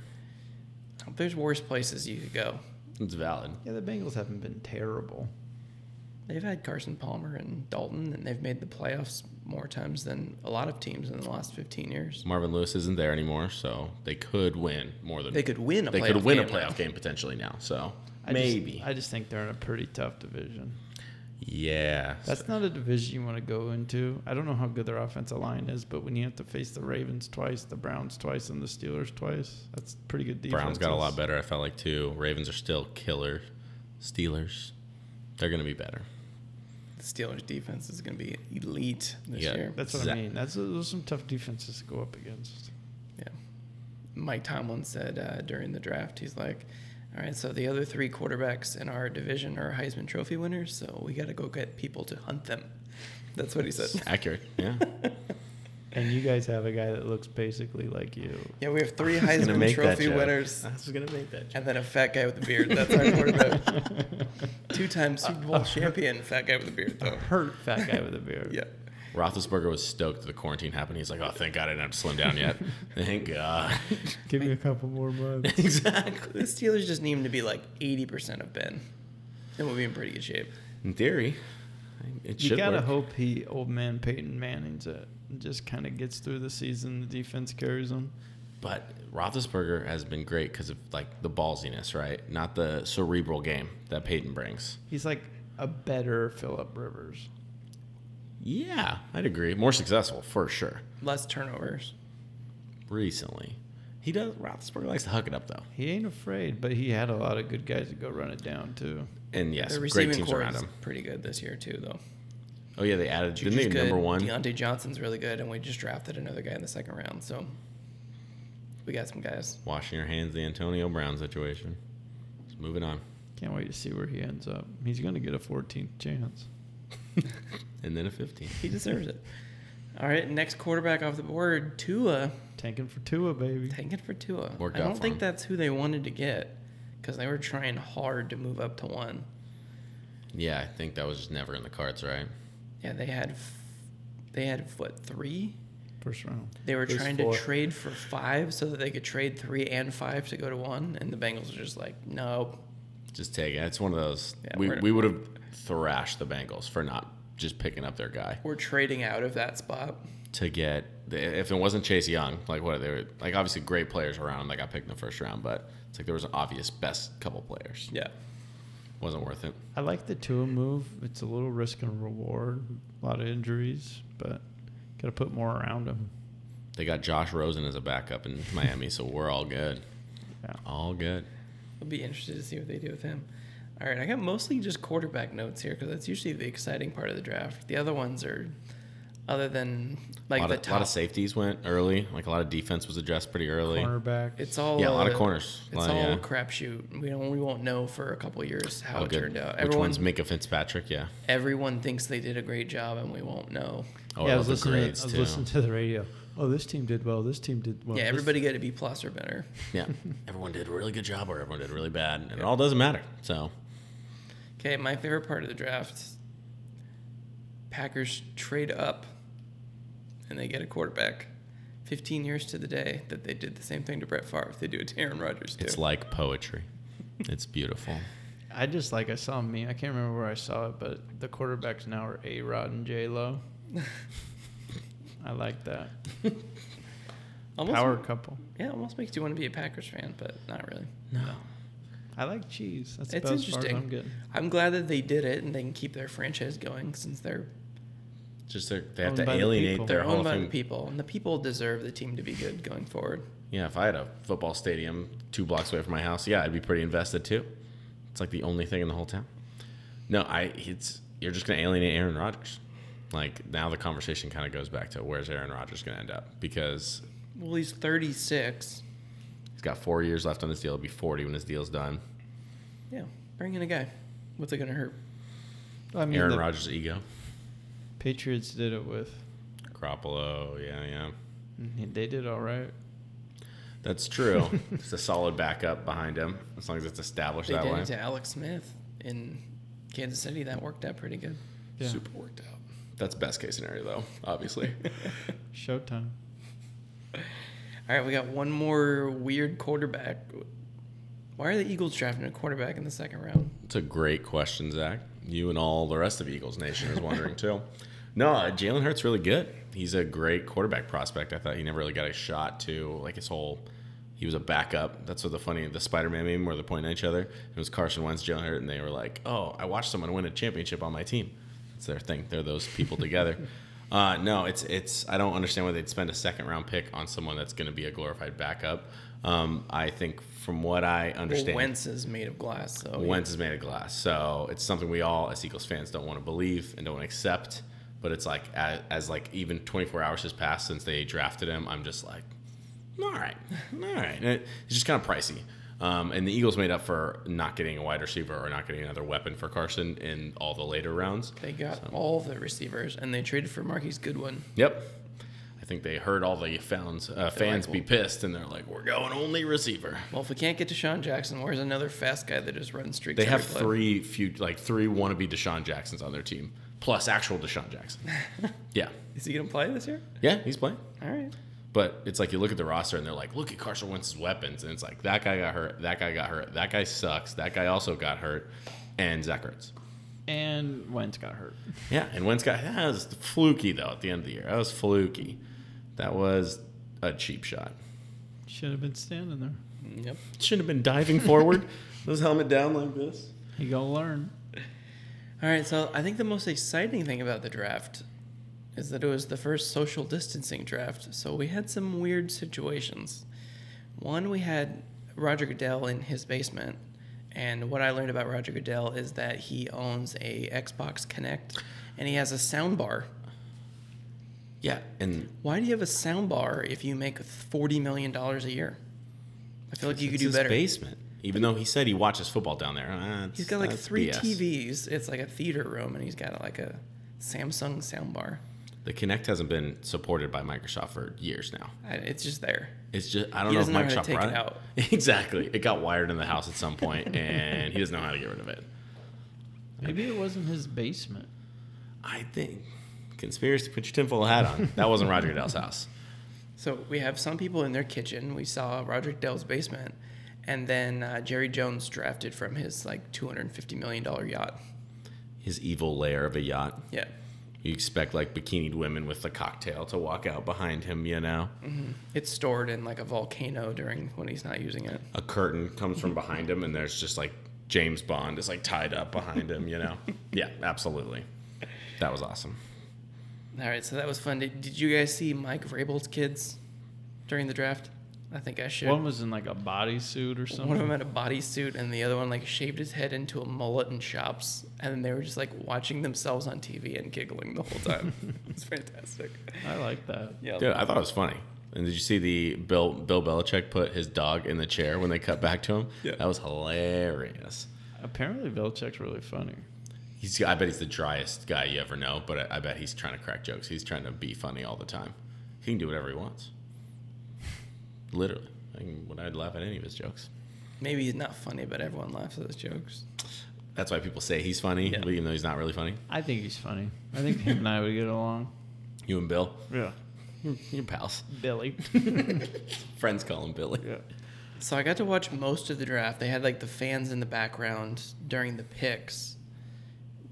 Speaker 1: There's worse places you could go.
Speaker 3: It's valid.
Speaker 2: Yeah, the Bengals haven't been terrible.
Speaker 1: They've had Carson Palmer and Dalton, and they've made the playoffs more times than a lot of teams in the last 15 years.
Speaker 3: Marvin Lewis isn't there anymore, so they could win more than
Speaker 1: They could win a
Speaker 3: they
Speaker 1: playoff
Speaker 3: could win
Speaker 1: game
Speaker 3: a
Speaker 1: now.
Speaker 3: playoff game potentially now. So
Speaker 2: I
Speaker 3: maybe,
Speaker 2: Just, I just think they're in a pretty tough division.
Speaker 3: yeah.
Speaker 2: That's not a division you want to go into. I don't know how good their offensive line is, but when you have to face the Ravens twice, the Browns twice, and the Steelers twice, that's pretty good defense.
Speaker 3: Browns got a lot better. I felt like too. Ravens are still killer. Steelers, they're gonna be better.
Speaker 1: The Steelers' defense is going to be elite this
Speaker 3: Yeah.
Speaker 1: year.
Speaker 2: That's what
Speaker 3: Zach-
Speaker 2: I mean. That's those are some tough defenses to go up against.
Speaker 1: Yeah. Mike Tomlin said uh, during the draft, he's like, all right, so the other three quarterbacks in our division are Heisman Trophy winners, so we got to go get people to hunt them. That's what he said.
Speaker 3: Accurate, yeah.
Speaker 2: And you guys have a guy that looks basically like you.
Speaker 1: Yeah, we have three Heisman Trophy winners
Speaker 3: I was gonna make that. Joke.
Speaker 1: and then a fat guy with a beard. That's our quarterback. Two
Speaker 3: Uh,
Speaker 1: time Super Bowl champion, fat guy with a beard, though.
Speaker 2: Hurt fat guy with a beard.
Speaker 1: Yeah.
Speaker 3: Roethlisberger was stoked that the quarantine happened. He's like, "Oh, thank God I didn't have to slim down yet. thank God."
Speaker 2: Give me a couple more months.
Speaker 1: The
Speaker 3: exactly.
Speaker 1: Steelers just need him to be like 80% of Ben, and we'll be in pretty good shape.
Speaker 3: In theory, it
Speaker 2: You
Speaker 3: should
Speaker 2: gotta
Speaker 3: work.
Speaker 2: hope he, old man Peyton Manning's it, and just kind of gets through the season. The defense carries him.
Speaker 3: But Roethlisberger has been great because of like the ballsiness, right? Not the cerebral game that Peyton brings.
Speaker 2: He's like a better Philip Rivers.
Speaker 3: Yeah, I'd agree. More successful for sure.
Speaker 1: Less turnovers.
Speaker 3: Recently, he does. Roethlisberger likes to hook it up though,
Speaker 2: He ain't afraid, but he had a lot of good guys to go run it down too.
Speaker 3: and yes,
Speaker 1: Their
Speaker 3: great
Speaker 1: receiving
Speaker 3: teams
Speaker 1: core
Speaker 3: around
Speaker 1: is
Speaker 3: him.
Speaker 1: pretty good this year, too, though.
Speaker 3: Oh yeah, they added didn't
Speaker 1: Juju's
Speaker 3: they number
Speaker 1: good,
Speaker 3: one?
Speaker 1: Deontay Johnson's really good, and we just drafted another guy in the second round, so we got some guys.
Speaker 3: Washing your hands, of the Antonio Brown situation. Just moving on,
Speaker 2: Can't wait to see where he ends up. He's gonna get a 14th chance.
Speaker 3: and then a 15.
Speaker 1: He deserves it. All right, next quarterback off the board, Tua.
Speaker 2: Tanking for Tua, baby.
Speaker 1: Tanking for Tua.
Speaker 3: Worked
Speaker 1: I
Speaker 3: out
Speaker 1: don't
Speaker 3: for
Speaker 1: think
Speaker 3: him.
Speaker 1: that's who they wanted to get because they were trying hard to move up to one.
Speaker 3: Yeah, I think that was just never in the cards, right?
Speaker 1: Yeah, they had f- they had what three?
Speaker 2: First round.
Speaker 1: They were
Speaker 2: It was
Speaker 1: trying
Speaker 2: four.
Speaker 1: to trade for five so that they could trade three and five to go to one, and the Bengals were just like, no,
Speaker 3: Just take it. It's one of those.
Speaker 1: Yeah,
Speaker 3: we
Speaker 1: we're-
Speaker 3: we would have thrashed the Bengals for not just picking up their guy
Speaker 1: we're trading out of that spot.
Speaker 3: to get. If it wasn't Chase Young, like what they were like, obviously great players around that got picked in the first round, but it's like there was an obvious best couple players.
Speaker 1: Yeah,
Speaker 3: Wasn't worth it.
Speaker 2: I like the Tua move. It's a little risk and reward. A lot of injuries, but gotta put more around him.
Speaker 3: They got Josh Rosen as a backup in Miami, so we're all good.
Speaker 2: Yeah.
Speaker 3: All good.
Speaker 1: I'll be interested to see what they do with him. All right, I got mostly just quarterback notes here because that's usually the exciting part of the draft. The other ones are, other than like
Speaker 3: a lot,
Speaker 1: the
Speaker 3: of,
Speaker 1: top,
Speaker 3: lot of safeties went early. Like a lot of defense was addressed pretty early.
Speaker 2: Cornerback.
Speaker 1: It's all
Speaker 3: Yeah, a lot of
Speaker 1: uh,
Speaker 3: corners. A
Speaker 1: It's
Speaker 3: lot of-
Speaker 1: all
Speaker 3: yeah.
Speaker 1: crapshoot. We don't. We won't know for a couple years how
Speaker 3: All
Speaker 1: it
Speaker 3: good.
Speaker 1: turned out.
Speaker 3: Which
Speaker 1: Everyone,
Speaker 3: one's Minka Fitzpatrick? Yeah.
Speaker 1: everyone thinks they did a great job, and we won't know.
Speaker 3: Oh,
Speaker 2: yeah,
Speaker 3: I
Speaker 2: I
Speaker 3: love
Speaker 2: was,
Speaker 3: the
Speaker 2: listening,
Speaker 3: grades
Speaker 2: to, I was
Speaker 3: too.
Speaker 2: listening to the radio. Oh, this team did well. This team did well.
Speaker 1: yeah,
Speaker 2: this-
Speaker 1: everybody got a B plus or better.
Speaker 3: Yeah. everyone did a really good job or everyone did really bad. And it all doesn't matter. So
Speaker 1: Okay, my favorite part of the draft: Packers trade up, and they get a quarterback. Fifteen years to the day that they did the same thing to Brett Favre. They do it to Aaron Rodgers too.
Speaker 3: it's like poetry. It's beautiful.
Speaker 2: I just like I saw me. I can't remember where I saw it, but the quarterbacks now are A Rod and J Lo. I like that
Speaker 1: almost,
Speaker 2: power couple.
Speaker 1: Yeah, almost makes you want to be a Packers fan, but not really.
Speaker 3: No.
Speaker 2: I like cheese. That's
Speaker 1: It's
Speaker 2: about as far as
Speaker 1: interesting.
Speaker 2: I'm getting.
Speaker 1: I'm glad that they did it, and they can keep their franchise going since they're
Speaker 3: Just they're, they have
Speaker 2: Owned
Speaker 3: to
Speaker 2: by the
Speaker 3: alienate
Speaker 2: people.
Speaker 3: their
Speaker 1: They're
Speaker 3: whole
Speaker 1: owned by the
Speaker 3: thing.
Speaker 1: people, and the people deserve the team to be good going forward.
Speaker 3: Yeah, if I had a football stadium two blocks away from my house, yeah, I'd be pretty invested too. It's like the only thing in the whole town. No, I it's you're just gonna alienate Aaron Rodgers. Like now the conversation kind of goes back to where's Aaron Rodgers gonna end up because
Speaker 1: Well, he's 36.
Speaker 3: He's got four years left on his deal. He'll be 40 when his deal's done.
Speaker 1: Yeah, bring in a guy. What's it going to hurt?
Speaker 2: I mean,
Speaker 3: Aaron
Speaker 2: the
Speaker 3: Rodgers' ego.
Speaker 2: Patriots did it with.
Speaker 3: Garoppolo, yeah, yeah.
Speaker 2: They did all right.
Speaker 3: That's true. it's a solid backup behind him, as long as it's established
Speaker 1: They
Speaker 3: that
Speaker 1: did
Speaker 3: way.
Speaker 1: it to Alex Smith in Kansas City. That worked out pretty good.
Speaker 2: Yeah.
Speaker 3: Super worked out. That's best case scenario, though, obviously.
Speaker 2: Showtime.
Speaker 1: All right, we got one more weird quarterback. Why are the Eagles drafting a quarterback in the second round?
Speaker 3: It's a great question, Zach. You and all the rest of Eagles Nation is wondering too. No, uh, Jalen Hurts really good. He's a great quarterback prospect. I thought he never really got a shot to like his whole. He was a backup. That's what the funny the Spider-Man meme where they're pointing at each other. It was Carson Wentz, Jalen Hurts, and they were like, "Oh, I watched someone win a championship on my team." It's their thing. They're those people together. Uh, no, it's it's. I don't understand why they'd spend a second round pick on someone that's going to be a glorified backup. Um, I think from what I
Speaker 1: Well,
Speaker 3: understand,
Speaker 1: Wentz is made of glass, so
Speaker 3: Wentz is made of glass. So it's something we all, as Eagles fans, don't want to believe and don't accept. But it's like as, as like even 24 hours has passed since they drafted him, I'm just like, all right, all right. And it- it's just kind of pricey. Um, and the Eagles made up for not getting a wide receiver or not getting another weapon for Carson in all the later rounds.
Speaker 1: they got all the receivers, and they traded for Marquise Goodwin.
Speaker 3: Yep. I think they heard all the fans, uh, fans
Speaker 1: like,
Speaker 3: be pissed, and they're like, "We're going only receiver."
Speaker 1: Well, if we can't get Deshaun Jackson, where's another fast guy that just runs streaks?
Speaker 3: They have
Speaker 1: every play?
Speaker 3: three few like three wannabe Deshaun Jacksons on their team, plus actual Deshaun Jackson. yeah.
Speaker 1: Is he gonna play this year?
Speaker 3: Yeah, he's playing.
Speaker 1: All right.
Speaker 3: But it's like you look at the roster and they're like, look at Carson Wentz's weapons. And it's like, that guy got hurt. That guy got hurt. That guy sucks. That guy also got hurt. And Zach Ertz.
Speaker 2: And Wentz got hurt.
Speaker 3: Yeah. And Wentz got, that was fluky, though, at the end of the year. That was fluky. That was a cheap shot.
Speaker 2: Should have been standing there.
Speaker 1: Yep.
Speaker 3: Shouldn't have been diving forward. Those helmet down like this.
Speaker 2: You gotta learn.
Speaker 1: All right. So I think the most exciting thing about the draft is that it was the first social distancing draft. So we had some weird situations. One, we had Roger Goodell in his basement. And what I learned about Roger Goodell is that he owns a Xbox Connect and he has a sound bar.
Speaker 3: Yeah. And
Speaker 1: Why do you have a sound bar if you make $40 million a year? I feel like you could
Speaker 3: it's
Speaker 1: do
Speaker 3: his
Speaker 1: better.
Speaker 3: basement. Even though he said he watches football down there. Uh,
Speaker 1: He's got like
Speaker 3: that's
Speaker 1: three
Speaker 3: BS.
Speaker 1: TVs. It's like a theater room, and he's got like a Samsung soundbar.
Speaker 3: The Kinect hasn't been supported by Microsoft for years now.
Speaker 1: I- It's just there.
Speaker 3: It's just I don't
Speaker 1: He
Speaker 3: know if
Speaker 1: doesn't know how to
Speaker 3: Microsoft
Speaker 1: take
Speaker 3: brought
Speaker 1: it
Speaker 3: it
Speaker 1: out.
Speaker 3: Exactly, it got wired in the house at some point, and he doesn't know how to get rid of it.
Speaker 2: Maybe it wasn't his basement.
Speaker 3: I think conspiracy. Put your tinfoil hat on. That wasn't Roger Goodell's house.
Speaker 1: So we have some people in their kitchen. We saw Roger Dell's basement, and then uh, Jerry Jones drafted from his like two hundred and fifty million dollar yacht.
Speaker 3: His evil lair of a yacht.
Speaker 1: Yeah,
Speaker 3: You expect like bikinied women with a cocktail to walk out behind him, you know?
Speaker 1: it's stored in like a volcano during when he's not using it.
Speaker 3: A curtain comes from behind him, and there's just like James Bond is like tied up behind him, you know? yeah, absolutely. That was awesome.
Speaker 1: All right, so that was fun. Did, did you guys see Mike Vrabel's kids during the draft? I think I should.
Speaker 2: One was in like a bodysuit or something.
Speaker 1: One of them had a bodysuit, and the other one like shaved his head into a mullet and chops, and then they were just like watching themselves on TV and giggling the whole time. it's fantastic.
Speaker 2: I like that.
Speaker 1: Yeah,
Speaker 3: Dude, I thought it was funny. And did you see the Bill Bill Belichick put his dog in the chair when they cut back to him?
Speaker 1: Yeah.
Speaker 3: That was hilarious.
Speaker 2: Apparently, Belichick's really funny.
Speaker 3: He's I bet he's the driest guy you ever know, but I, I bet he's trying to crack jokes. He's trying to be funny all the time. He can do whatever he wants. Literally. I can, when I'd laugh at any of his jokes.
Speaker 1: maybe he's not funny, but everyone laughs at his jokes.
Speaker 3: That's why people say he's funny,
Speaker 1: Yeah.
Speaker 3: but even though he's not really funny.
Speaker 2: I think he's funny. I think him and I would get along.
Speaker 3: You and Bill,
Speaker 2: Yeah.
Speaker 3: your pals.
Speaker 2: Billy.
Speaker 3: Friends call him Billy.
Speaker 2: yeah.
Speaker 1: So I got to watch most of the draft. They had like the fans in the background during the picks.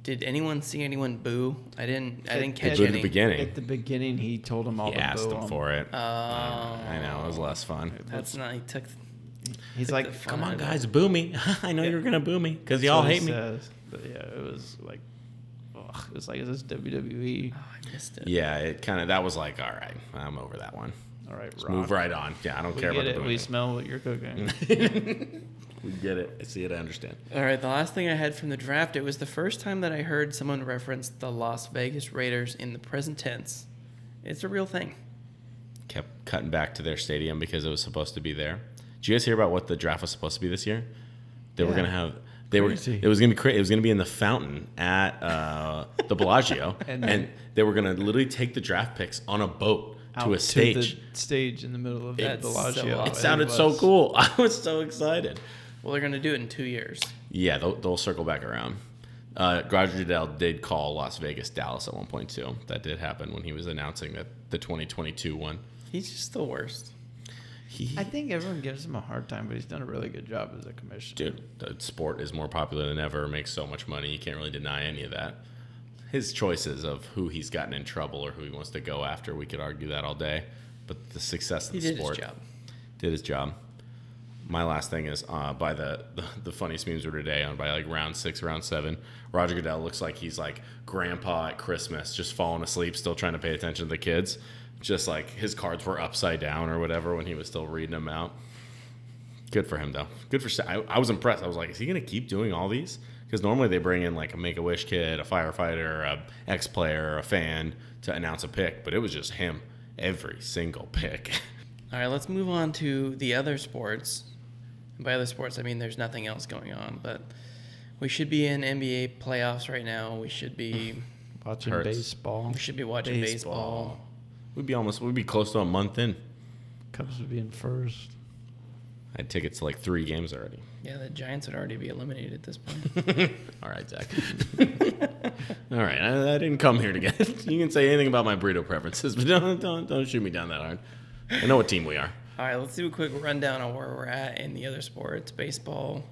Speaker 1: Did anyone see anyone boo? I didn't. I didn't catch
Speaker 3: booed at
Speaker 1: any.
Speaker 3: the beginning.
Speaker 2: At the beginning, he told him all
Speaker 3: He
Speaker 2: the
Speaker 3: asked
Speaker 2: boo
Speaker 3: him
Speaker 2: him.
Speaker 3: for it.
Speaker 1: Oh,
Speaker 3: I know, it was less fun.
Speaker 1: that's not. He took.
Speaker 2: He's
Speaker 1: Like
Speaker 2: like,
Speaker 1: the fun
Speaker 3: Come
Speaker 1: I
Speaker 3: on,
Speaker 1: know.
Speaker 3: guys, boo me. I know you were going to boo me because
Speaker 2: "That's
Speaker 3: y'all
Speaker 2: what he
Speaker 3: hate me.
Speaker 2: says." But yeah, it was like, ugh, it was like, is this E?" WWE?
Speaker 1: Oh, I missed it.
Speaker 3: Yeah, it kind of that was like, all right, I'm over that one.
Speaker 2: All right,
Speaker 3: Just
Speaker 2: Rock.
Speaker 3: move right on. Yeah, I don't
Speaker 2: We
Speaker 3: care
Speaker 2: get
Speaker 3: about
Speaker 2: it.
Speaker 3: the
Speaker 2: We
Speaker 3: booing.
Speaker 2: smell what you're cooking.
Speaker 3: We get it. I see it. I understand.
Speaker 1: All right, the last thing I had from the draft, it was the first time that I heard someone reference the Las Vegas Raiders in the present tense. It's a real thing.
Speaker 3: kept cutting back to their stadium because it was supposed to be there. Did you guys hear about what the draft was supposed to be this year? They were
Speaker 2: Yeah.
Speaker 3: gonna have. They
Speaker 2: Crazy.
Speaker 3: were. It was gonna be. Cra- it was gonna be in the fountain at uh, the Bellagio,
Speaker 2: And
Speaker 3: and,
Speaker 2: then-
Speaker 3: they were gonna literally take the draft picks on a boat
Speaker 2: Out
Speaker 3: to a stage.
Speaker 2: the stage in the middle of
Speaker 1: That's so
Speaker 2: Bellagio.
Speaker 1: awesome.
Speaker 3: it sounded so
Speaker 2: was.
Speaker 3: cool. I was so excited.
Speaker 1: Well, they're going to do it in two years.
Speaker 3: Yeah, they'll, they'll circle back around. Uh, Roger Goodell did call Las Vegas Dallas at one point too. That did happen when he was announcing that the 2022 one.
Speaker 1: He's just the worst.
Speaker 3: He,
Speaker 2: I think everyone gives him a hard time, but he's done a really good job as a commissioner.
Speaker 3: dude, the sport is more popular than ever. Makes so much money, you can't really deny any of that. His choices of who he's gotten in trouble or who he wants to go after, we could argue that all day. But the success of
Speaker 1: He
Speaker 3: the
Speaker 1: did
Speaker 3: sport
Speaker 1: his job.
Speaker 3: did his job. My last thing is uh, by the, the the funniest memes were today on by like round six, round seven. Roger Goodell looks like he's like grandpa at Christmas, just falling asleep, still trying to pay attention to the kids. Just like his cards were upside down or whatever when he was still reading them out. Good for him though. Good for Sa- I, I was impressed. I was like, is he gonna keep doing all these? Because normally they bring in like a Make a Wish kid, a firefighter, a ex player, a fan to announce a pick, but it was just him every single pick.
Speaker 1: All right, let's move on to the other sports. And by other sports, I mean there's nothing else going on, but we should be in NBA playoffs right now. We should be
Speaker 2: Watching
Speaker 3: Hurts.
Speaker 2: baseball,
Speaker 1: we should be watching baseball.
Speaker 3: We'd be almost. We'd be close to a month in.
Speaker 2: Cubs would be in first.
Speaker 3: I had tickets to like three games already.
Speaker 1: Yeah, the Giants would already be eliminated at this point.
Speaker 3: All right, Zach. All right, I, I didn't come here to get. You can say anything about my burrito preferences, but don't don't don't shoot me down that hard. I know what team we are.
Speaker 1: All right, let's do a quick rundown on where we're at in the other sports. Baseball.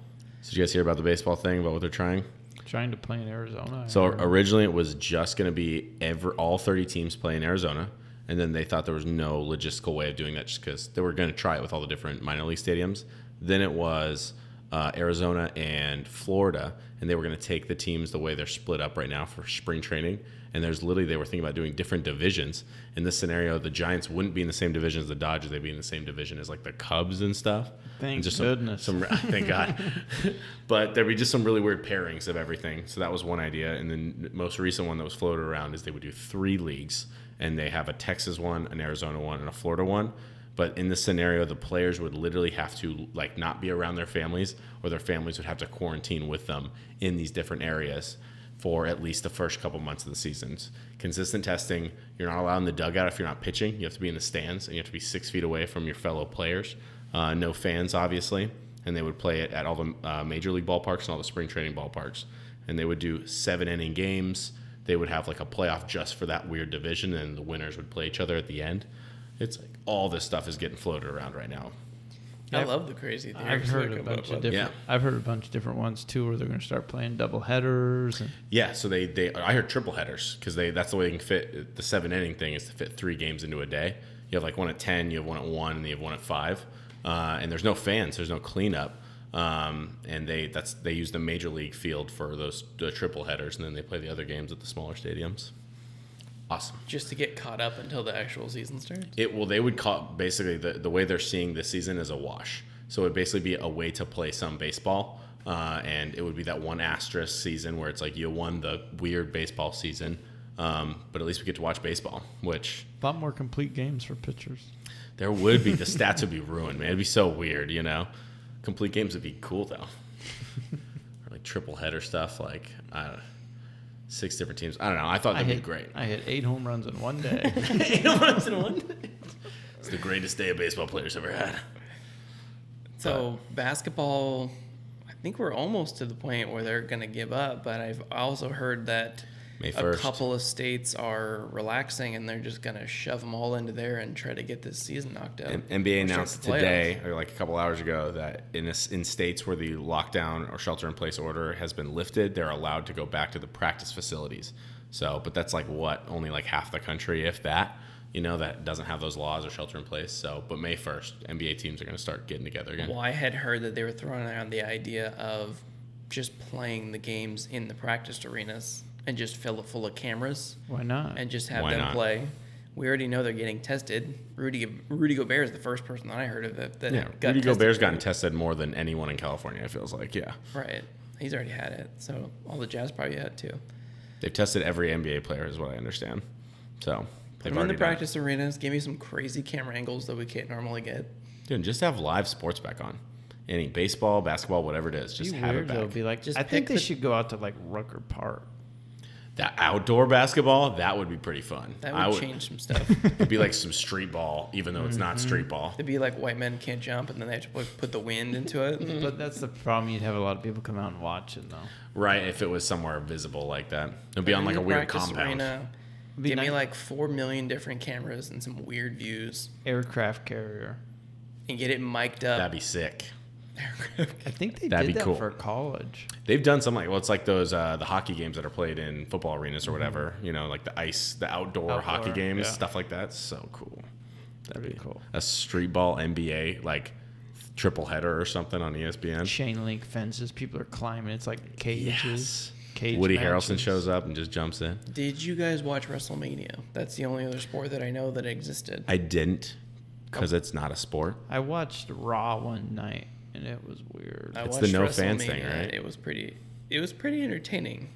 Speaker 3: So did you guys hear about the baseball thing about what they're trying?
Speaker 2: Trying to play in Arizona. I
Speaker 3: So
Speaker 2: heard.
Speaker 3: originally it was just going to be ever all 30 teams play in Arizona, and then they thought there was no logistical way of doing that just because they were going to try it with all the different minor league stadiums. Then it was uh, Arizona and Florida, and they were going to take the teams the way they're split up right now for spring training. And there's literally they were thinking about doing different divisions. In this scenario, the Giants wouldn't be in the same division as the Dodgers; they'd be in the same division as like the Cubs and stuff.
Speaker 2: Thank
Speaker 3: And just
Speaker 2: goodness.
Speaker 3: Some, some thank God. but there'd be just some really weird pairings of everything. So that was one idea. And then the most recent one that was floated around is they would do three leagues, and they have a Texas one, an Arizona one, and a Florida one. But in this scenario, the players would literally have to like not be around their families, or their families would have to quarantine with them in these different areas for at least the first couple months of the seasons. Consistent testing. You're not allowed in the dugout if you're not pitching. You have to be in the stands and you have to be six feet away from your fellow players. Uh, no fans, obviously. And they would play it at all the uh, major league ballparks and all the spring training ballparks. And they would do seven inning games. They would have like a playoff just for that weird division, and the winners would play each other at the end. It's like all this stuff is getting floated around right now.
Speaker 1: I
Speaker 2: I've-
Speaker 1: love the crazy theories.
Speaker 2: I've heard
Speaker 1: that
Speaker 2: a
Speaker 1: come
Speaker 2: bunch
Speaker 1: up
Speaker 2: of
Speaker 1: with-
Speaker 2: different.
Speaker 3: Yeah.
Speaker 2: I've heard a bunch of different ones too, where they're going to start playing double headers. And
Speaker 3: Yeah, so they they I heard triple headers because they that's the way they can fit the seven inning thing is to fit three games into a day. You have like one at ten, you have one at one, and you have one at five. Uh, and there's no fans, there's no cleanup, um, and they that's they use the major league field for those the triple headers, and then they play the other games at the smaller stadiums. Awesome.
Speaker 1: just to get caught up until the actual season starts.
Speaker 3: It well, they would call basically the, the way they're seeing this season is a wash. So it would basically be a way to play some baseball, uh, and it would be that one asterisk season where it's like you won the weird baseball season, um, but at least we get to watch baseball, which
Speaker 2: a lot more complete games for pitchers.
Speaker 3: there would be the stats would be ruined, man. It'd be so weird, you know. Complete games would be cool though, or like triple header stuff, like I don't know, six different teams. I don't know. I thought
Speaker 2: I
Speaker 3: that'd be
Speaker 2: hit
Speaker 3: great.
Speaker 2: I hit eight home runs in one day.
Speaker 3: It's the greatest day a baseball player's ever had.
Speaker 1: So basketball, I think we're almost to the point where they're going to give up. But I've also heard that
Speaker 3: May
Speaker 1: a
Speaker 3: 1st.
Speaker 1: couple of states are relaxing and they're just going to shove them all into there and try to get this season knocked out.
Speaker 3: N- NBA
Speaker 1: Or start
Speaker 3: announced
Speaker 1: the playoffs.
Speaker 3: today, or like a couple hours ago, that in a s in states where the lockdown or shelter-in-place order has been lifted, they're allowed to go back to the practice facilities. So, but that's like what only like half the country, if that, you know, that doesn't have those laws or shelter-in-place. So, but May first, NBA teams are going to start getting together again.
Speaker 1: Well, I had heard that they were throwing around the idea of just playing the games in the practice arenas and just fill it full of cameras
Speaker 2: Why not?
Speaker 1: and just have
Speaker 3: Why
Speaker 1: them
Speaker 3: not?
Speaker 1: play. We already know they're getting tested. Rudy Rudy Gobert is the first person that I heard of that, that
Speaker 3: yeah,
Speaker 1: got
Speaker 3: Rudy
Speaker 1: tested.
Speaker 3: Gobert's gotten tested more than anyone in California. It feels like, yeah,
Speaker 1: Right. He's already had it. So all the Jazz probably had it too.
Speaker 3: they've tested every NBA player, is what I understand. So,
Speaker 1: I'm in
Speaker 3: They've
Speaker 1: the
Speaker 3: already done it.
Speaker 1: practice arenas. Give me some crazy camera angles that we can't normally get.
Speaker 3: Dude, just have live sports back on. Any baseball, basketball, whatever it is, just
Speaker 2: Be
Speaker 3: have
Speaker 2: weird,
Speaker 3: it
Speaker 2: though.
Speaker 3: back.
Speaker 2: Be like,
Speaker 1: Just
Speaker 2: I
Speaker 1: pick
Speaker 2: think they
Speaker 1: the-
Speaker 2: should go out to like Rucker Park.
Speaker 3: That outdoor basketball, that would be pretty fun.
Speaker 1: That
Speaker 3: I
Speaker 1: would, change some stuff.
Speaker 3: It'd be like some street ball, even though it's not street ball.
Speaker 1: It'd be like white men can't jump, and then they have to put, put the wind into
Speaker 3: Mm.
Speaker 1: it.
Speaker 2: But that's the problem. You'd have a lot of people come out and watch it, though.
Speaker 3: Right, if it was somewhere visible like that. It'd be on like a
Speaker 1: In the
Speaker 3: weird
Speaker 1: practice
Speaker 3: compound.
Speaker 1: arena,
Speaker 2: Be
Speaker 1: give me
Speaker 2: nice.
Speaker 1: like four million different cameras and some weird views,
Speaker 2: Aircraft carrier.
Speaker 1: and get it mic'd up.
Speaker 3: That'd be sick.
Speaker 2: I think they
Speaker 3: That'd
Speaker 2: did
Speaker 3: be
Speaker 2: that
Speaker 3: cool.
Speaker 2: for college.
Speaker 3: They've done something like well, it's like those uh, the hockey games that are played in football arenas or whatever. You know, like the ice, the outdoor,
Speaker 2: Outdoor,
Speaker 3: hockey games,
Speaker 2: yeah.
Speaker 3: stuff like that. So cool.
Speaker 2: That'd be cool.
Speaker 3: A street ball NBA like triple header or something on E ESPN.
Speaker 2: Chain link fences. People are climbing. It's like cages. Cage
Speaker 3: Woody Harrelson
Speaker 2: matches.
Speaker 3: shows up and just jumps in.
Speaker 1: Did you guys watch WrestleMania? That's the only other sport that I know that existed.
Speaker 3: I didn't because it's not a sport.
Speaker 2: I watched Raw one night, and it was weird.
Speaker 1: I
Speaker 3: It's the
Speaker 1: watched
Speaker 3: no fans thing,
Speaker 1: WrestleMania,
Speaker 3: right?
Speaker 1: It was pretty. It was pretty entertaining.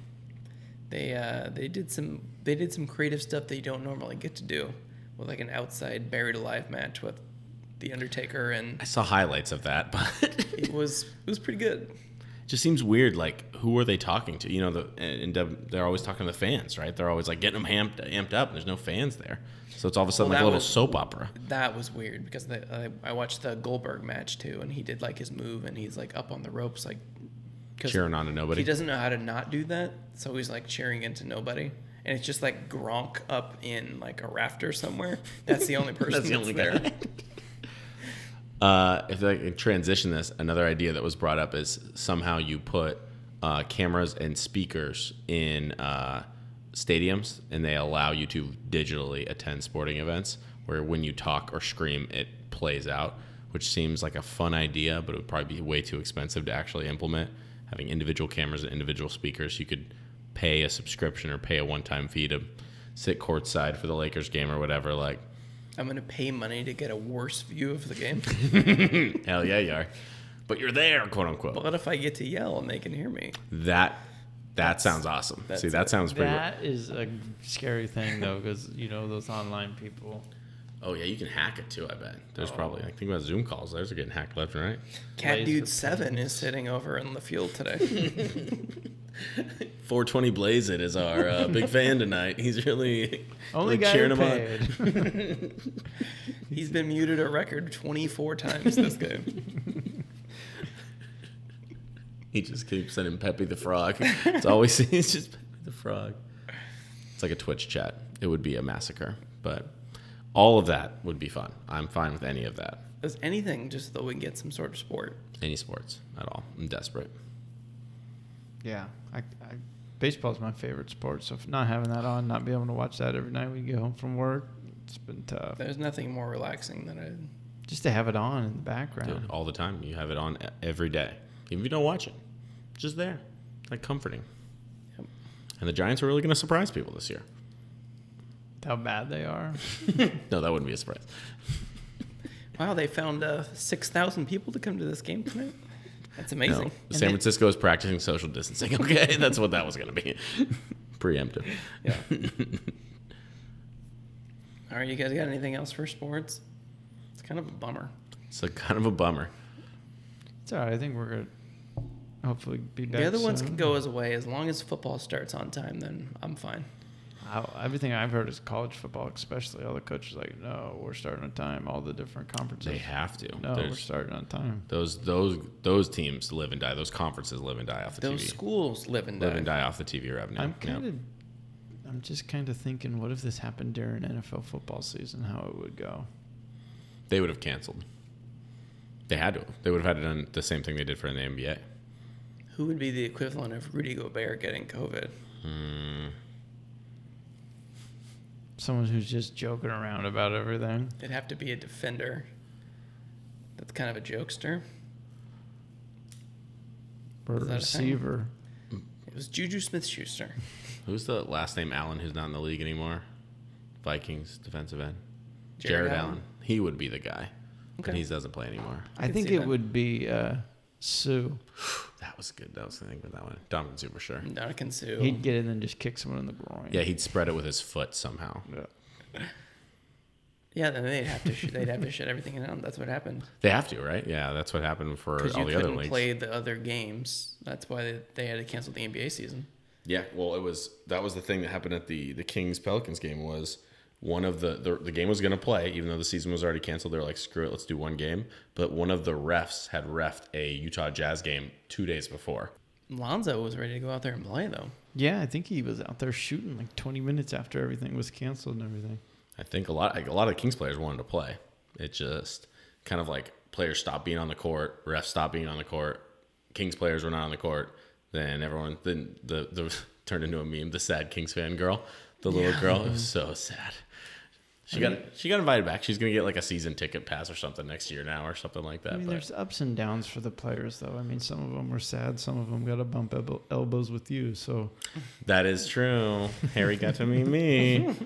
Speaker 1: They uh, they did some they did some creative stuff they don't normally get to do, with like an outside buried alive match with the Undertaker, and
Speaker 3: I saw highlights of that, but
Speaker 1: it was it was pretty good.
Speaker 3: It just seems weird. Like, who are they talking to? You know, the and W- they're always talking to the fans, right? They're always like getting them amped, amped up. And there's no fans there, so it's all of a sudden
Speaker 1: Well,
Speaker 3: like
Speaker 1: that
Speaker 3: a little
Speaker 1: was-
Speaker 3: soap opera.
Speaker 1: That was weird because the, I, I watched the Goldberg match too, and he did like his move, and he's like up on the ropes, like 'cause
Speaker 3: Cheering on to nobody.
Speaker 1: He doesn't know how to not do that, so he's like cheering into nobody, and it's just like Gronk up in like a rafter somewhere. That's the only person that's,
Speaker 3: the only
Speaker 1: there.
Speaker 3: guy. Uh, if I can transition this, another idea that was brought up is somehow you put uh, cameras and speakers in uh, stadiums, and they allow you to digitally attend sporting events, where when you talk or scream, it plays out. Which seems like a fun idea, but it would probably be way too expensive to actually implement. Having individual cameras and individual speakers, you could pay a subscription or pay a one-time fee to sit courtside for the Lakers game or whatever. Like,
Speaker 1: I'm gonna pay money to get a worse view of the game,
Speaker 3: Hell yeah, you are. But you're there, quote unquote.
Speaker 1: but if I get to yell and they can hear me,
Speaker 3: That that sounds awesome.
Speaker 1: that's
Speaker 3: See, that sounds pretty.
Speaker 2: That is a scary thing though, because you know those online people.
Speaker 3: oh yeah, you can hack it too. I bet. There's
Speaker 2: Oh.
Speaker 3: probably. I think about Zoom calls. Those are getting hacked left and right.
Speaker 1: Cat
Speaker 2: Laser
Speaker 1: Dude Seven is sitting over in the field today.
Speaker 3: 420 Blaze It is our uh, big fan tonight. He's really
Speaker 2: Only
Speaker 3: really
Speaker 2: guy
Speaker 3: cheering
Speaker 2: who
Speaker 3: him on.
Speaker 2: paid.
Speaker 1: he's been muted a record 24 times this game.
Speaker 3: He just keeps sending Peppy the Frog. It's always it's just Peppy the Frog. It's like a Twitch chat. It would be a massacre, but all of that would be fun. I'm fine with any of that.
Speaker 1: Does anything just so that we can get some sort of sport?
Speaker 3: Any sports at all. I'm desperate.
Speaker 2: Yeah, I, I, baseball's my favorite sport. So if not having that on, not being able to watch that every night when you get home from work, it's been tough.
Speaker 1: There's nothing more relaxing than a
Speaker 2: Just to have it on in the
Speaker 3: Do it
Speaker 2: background.
Speaker 3: all the time. You have it on e- every day. Even if you don't watch it, it's just there, like comforting.
Speaker 1: Yep.
Speaker 3: And the Giants are really going to surprise people this year.
Speaker 2: How bad they are.
Speaker 3: No, that wouldn't be a surprise.
Speaker 1: wow. They found uh, 6,000 people to come to this game tonight. That's
Speaker 3: No,
Speaker 1: amazing.
Speaker 3: San Francisco is practicing social distancing. Okay, that's what that was going to be. Preemptive.
Speaker 1: Yeah. All right, you guys got anything else for sports? It's kind of a bummer.
Speaker 3: It's like kind of a bummer.
Speaker 2: It's all right. I think we're gonna hopefully be back.
Speaker 1: The other ones
Speaker 2: soon.
Speaker 1: can go as away as long as football starts on time. Then I'm fine.
Speaker 2: I, everything I've heard is college football, especially all the coaches like, no, we're starting on time. All the different conferences.
Speaker 3: They have to.
Speaker 2: no, we're
Speaker 3: There's-
Speaker 2: starting on time.
Speaker 3: those those those teams live and die. Those conferences live and die off the
Speaker 1: Those
Speaker 3: TV.
Speaker 1: schools live and die.
Speaker 3: live and die off the TV revenue.
Speaker 2: I'm
Speaker 3: Yeah.
Speaker 2: kind of, I'm just kind of thinking, what if this happened during NFL football season? How it would go?
Speaker 3: They would have canceled. They had to. have. They would have had to done the same thing they did for the NBA.
Speaker 1: Who would be the equivalent of Rudy Gobert getting COVID?
Speaker 3: Hmm.
Speaker 2: Someone who's just joking around about everything.
Speaker 1: It'd have to be a defender. That's kind of a jokester.
Speaker 2: Or
Speaker 1: Is that a thing?
Speaker 2: receiver.
Speaker 1: It was Juju Smith-Schuster.
Speaker 3: Who's the last name Allen who's not in the league anymore? Vikings defensive end.
Speaker 1: Jared
Speaker 3: Jared,
Speaker 1: Allen?
Speaker 3: Allen. He would be the guy. But
Speaker 1: Okay.
Speaker 3: he doesn't play anymore.
Speaker 2: I,
Speaker 1: could
Speaker 2: think
Speaker 1: see
Speaker 2: it
Speaker 1: that.
Speaker 2: would be uh, Sue.
Speaker 3: That was good. That was the thing with that one. Dominican Super sure.
Speaker 1: Not a Sue.
Speaker 2: He'd get in and just kick someone in the groin.
Speaker 3: Yeah, he'd spread it with his foot somehow.
Speaker 2: Yeah.
Speaker 1: Yeah, then they'd have to sh- they'd have to shut everything down. That's what happened
Speaker 3: They have to, right? Yeah, that's what happened for
Speaker 1: because you
Speaker 3: all the other
Speaker 1: couldn't
Speaker 3: leagues.
Speaker 1: play the other games. That's why they, they had to cancel the NBA season.
Speaker 3: Yeah, well, it was that was the thing that happened at the the Kings Pelicans game was one of the the, the game was going to play even though the season was already canceled. They're like, screw it, let's do one game. But one of the refs had refed a Utah Jazz game two days before.
Speaker 1: Lonzo was ready to go out there and play though.
Speaker 2: Yeah, I think he was out there shooting like 20 minutes after everything was canceled and everything.
Speaker 3: I think a lot like, a lot of the Kings players wanted to play. It just kind of like players stopped being on the court, refs stopped being on the court, Kings players were not on the court. Then everyone then the the turned into a meme. The sad Kings fan girl, the little girl, it was so sad. She got she got invited back. She's gonna get like a season ticket pass or something next year now or something like that.
Speaker 2: I mean,
Speaker 3: but
Speaker 2: there's ups and downs for the players, though. I mean, some of them were sad, some of them got to bump elbow- elbows with you. So
Speaker 3: that is true. Harry got to meet me.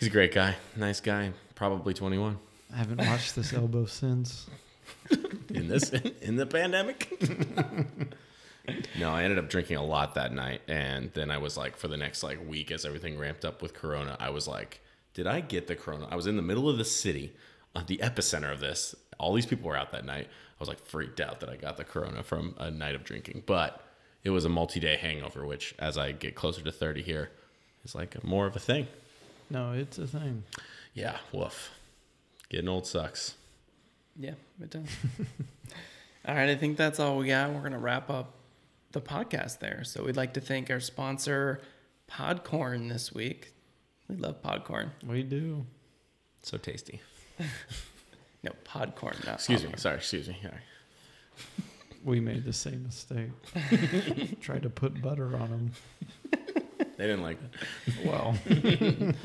Speaker 3: He's a great guy, nice guy. Probably 21
Speaker 2: I haven't watched this elbow since.
Speaker 3: in this in the pandemic. no, I ended up drinking a lot that night, and then I was like, for the next like week, as everything ramped up with Corona, I was like, did I get the Corona? I was in the middle of the city, at the epicenter of this. All these people were out that night. I was like freaked out that I got the Corona from a night of drinking, but it was a multi-day hangover, which as I get closer to thirty here, is like more of a thing.
Speaker 2: No, it's a thing.
Speaker 3: Yeah, woof. Getting old sucks.
Speaker 1: Yeah, it does. all right, I think that's all we got. We're going to wrap up the podcast there. So we'd like to thank our sponsor, Podcorn, this week. We love Podcorn.
Speaker 2: We do.
Speaker 3: So tasty.
Speaker 1: No, Podcorn, not
Speaker 3: Excuse me.
Speaker 1: Popcorn.
Speaker 3: Sorry. Excuse me. Sorry.
Speaker 2: We made the same mistake. Tried to put butter on them.
Speaker 3: They didn't like that.
Speaker 2: Well,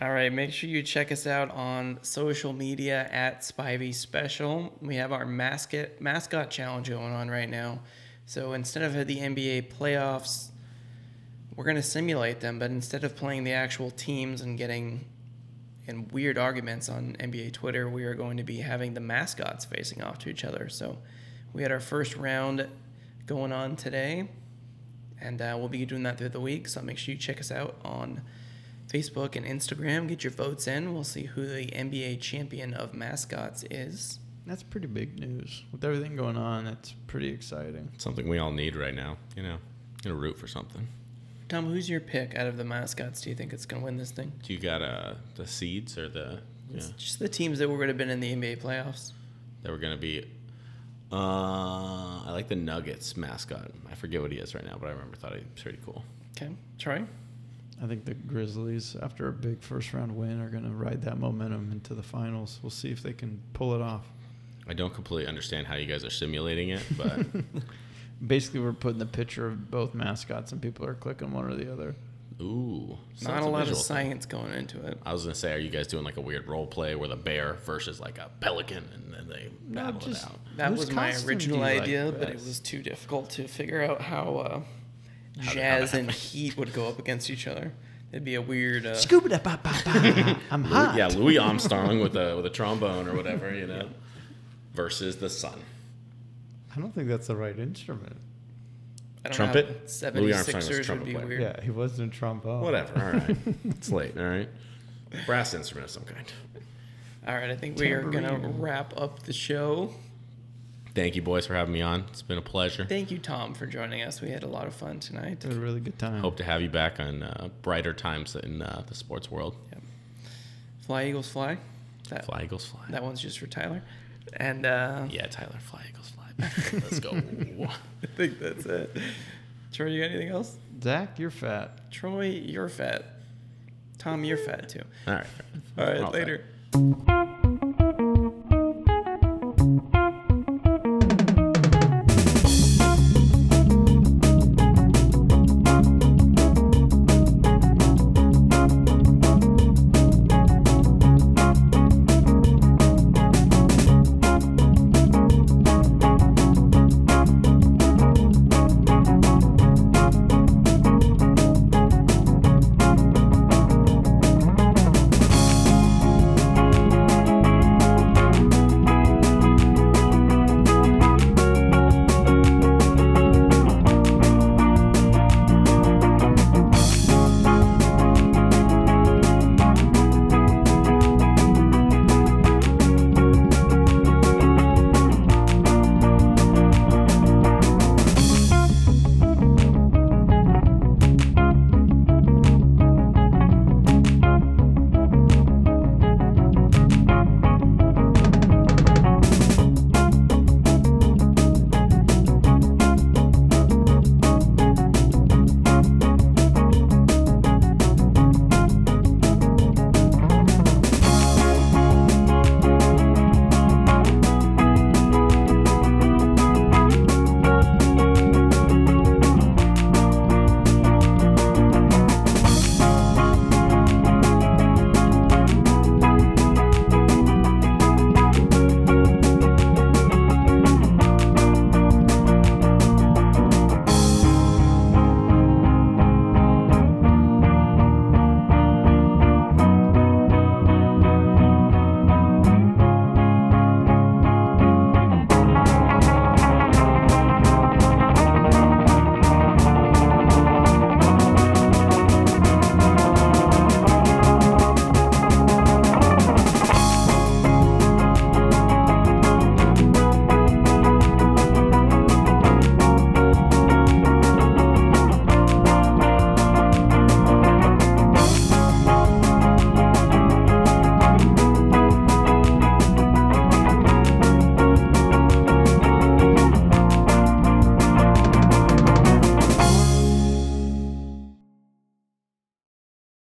Speaker 1: All right, make sure you check us out on social media at Spivey Special. We have our mascot mascot challenge going on right now. So instead of the NBA playoffs, we're gonna simulate them, but instead of playing the actual teams and getting in weird arguments on NBA Twitter, we are going to be having the mascots facing off to each other. So we had our first round going on today, and uh, we'll be doing that through the week. So make sure you check us out on Facebook and Instagram. Get your votes in. We'll see who the NBA champion of mascots is.
Speaker 2: that's pretty big news. With everything going on, that's pretty exciting.
Speaker 3: something we all need right now. You know, gonna root for something.
Speaker 1: Tom, who's your pick out of the mascots? Do you think it's gonna win this thing?
Speaker 3: Do you got uh, the seeds or the yeah
Speaker 1: It's just the teams that would have been in the NBA playoffs.
Speaker 3: that we're gonna be? Uh, I like the Nuggets mascot. I forget what he is right now, but I remember thought he was pretty cool.
Speaker 1: Okay, Troy.
Speaker 2: I think the Grizzlies, after a big first round win, are going to ride that momentum into the finals. We'll see if they can pull it off.
Speaker 3: I don't completely understand how you guys are simulating it, but
Speaker 2: Basically, we're putting the picture of both mascots, and people are clicking one or the other.
Speaker 3: ooh, so
Speaker 1: Not
Speaker 3: it's
Speaker 1: a lot of
Speaker 3: visual thing.
Speaker 1: science going into it.
Speaker 3: I was gonna say, are you guys doing like a weird role play where the bear versus like a pelican, and then they
Speaker 2: No,
Speaker 3: battle
Speaker 2: just-
Speaker 3: it out?
Speaker 1: That
Speaker 2: Whose
Speaker 1: was my
Speaker 2: costume
Speaker 1: original
Speaker 2: do you like
Speaker 1: idea, but it
Speaker 2: best?
Speaker 1: was too difficult to figure out how uh,
Speaker 3: how
Speaker 1: jazz
Speaker 3: that
Speaker 1: and heat would go up against each other. It'd be a weird. Uh,
Speaker 2: Scuba da ba ba ba. I'm hot.
Speaker 3: Yeah, Louis Armstrong with a with a trombone or whatever, you know, versus the sun.
Speaker 2: I don't think that's the right instrument.
Speaker 1: I don't know.
Speaker 3: Trumpet?
Speaker 1: how
Speaker 3: Louis Armstrong was
Speaker 1: 76ers would
Speaker 3: trumpet
Speaker 1: be
Speaker 3: player.
Speaker 1: weird.
Speaker 2: Yeah, he wasn't a trombone.
Speaker 3: Whatever. All right. it's late. Oh. All right. Brass instrument of some kind.
Speaker 1: All right, I think we are gonna
Speaker 2: Tambourine.
Speaker 1: wrap up the show.
Speaker 3: Thank you, boys, for having me on. It's been a pleasure.
Speaker 1: Thank you, Tom, for joining us. We had a lot of fun tonight.
Speaker 2: Had a really good time.
Speaker 3: Hope to have you back on uh, brighter times in uh, the sports world.
Speaker 1: Fly Eagles Fly. That
Speaker 3: Fly Eagles fly.
Speaker 1: that one's just for Tyler. And uh,
Speaker 3: Yeah, Tyler, fly Eagles fly. Let's go.
Speaker 1: I think that's it. Troy, you got anything else?
Speaker 2: Zach, you're fat.
Speaker 1: Troy, you're fat. Tom, you're fat too.
Speaker 3: All right.
Speaker 1: All right,
Speaker 3: I'll
Speaker 1: later.
Speaker 3: fat.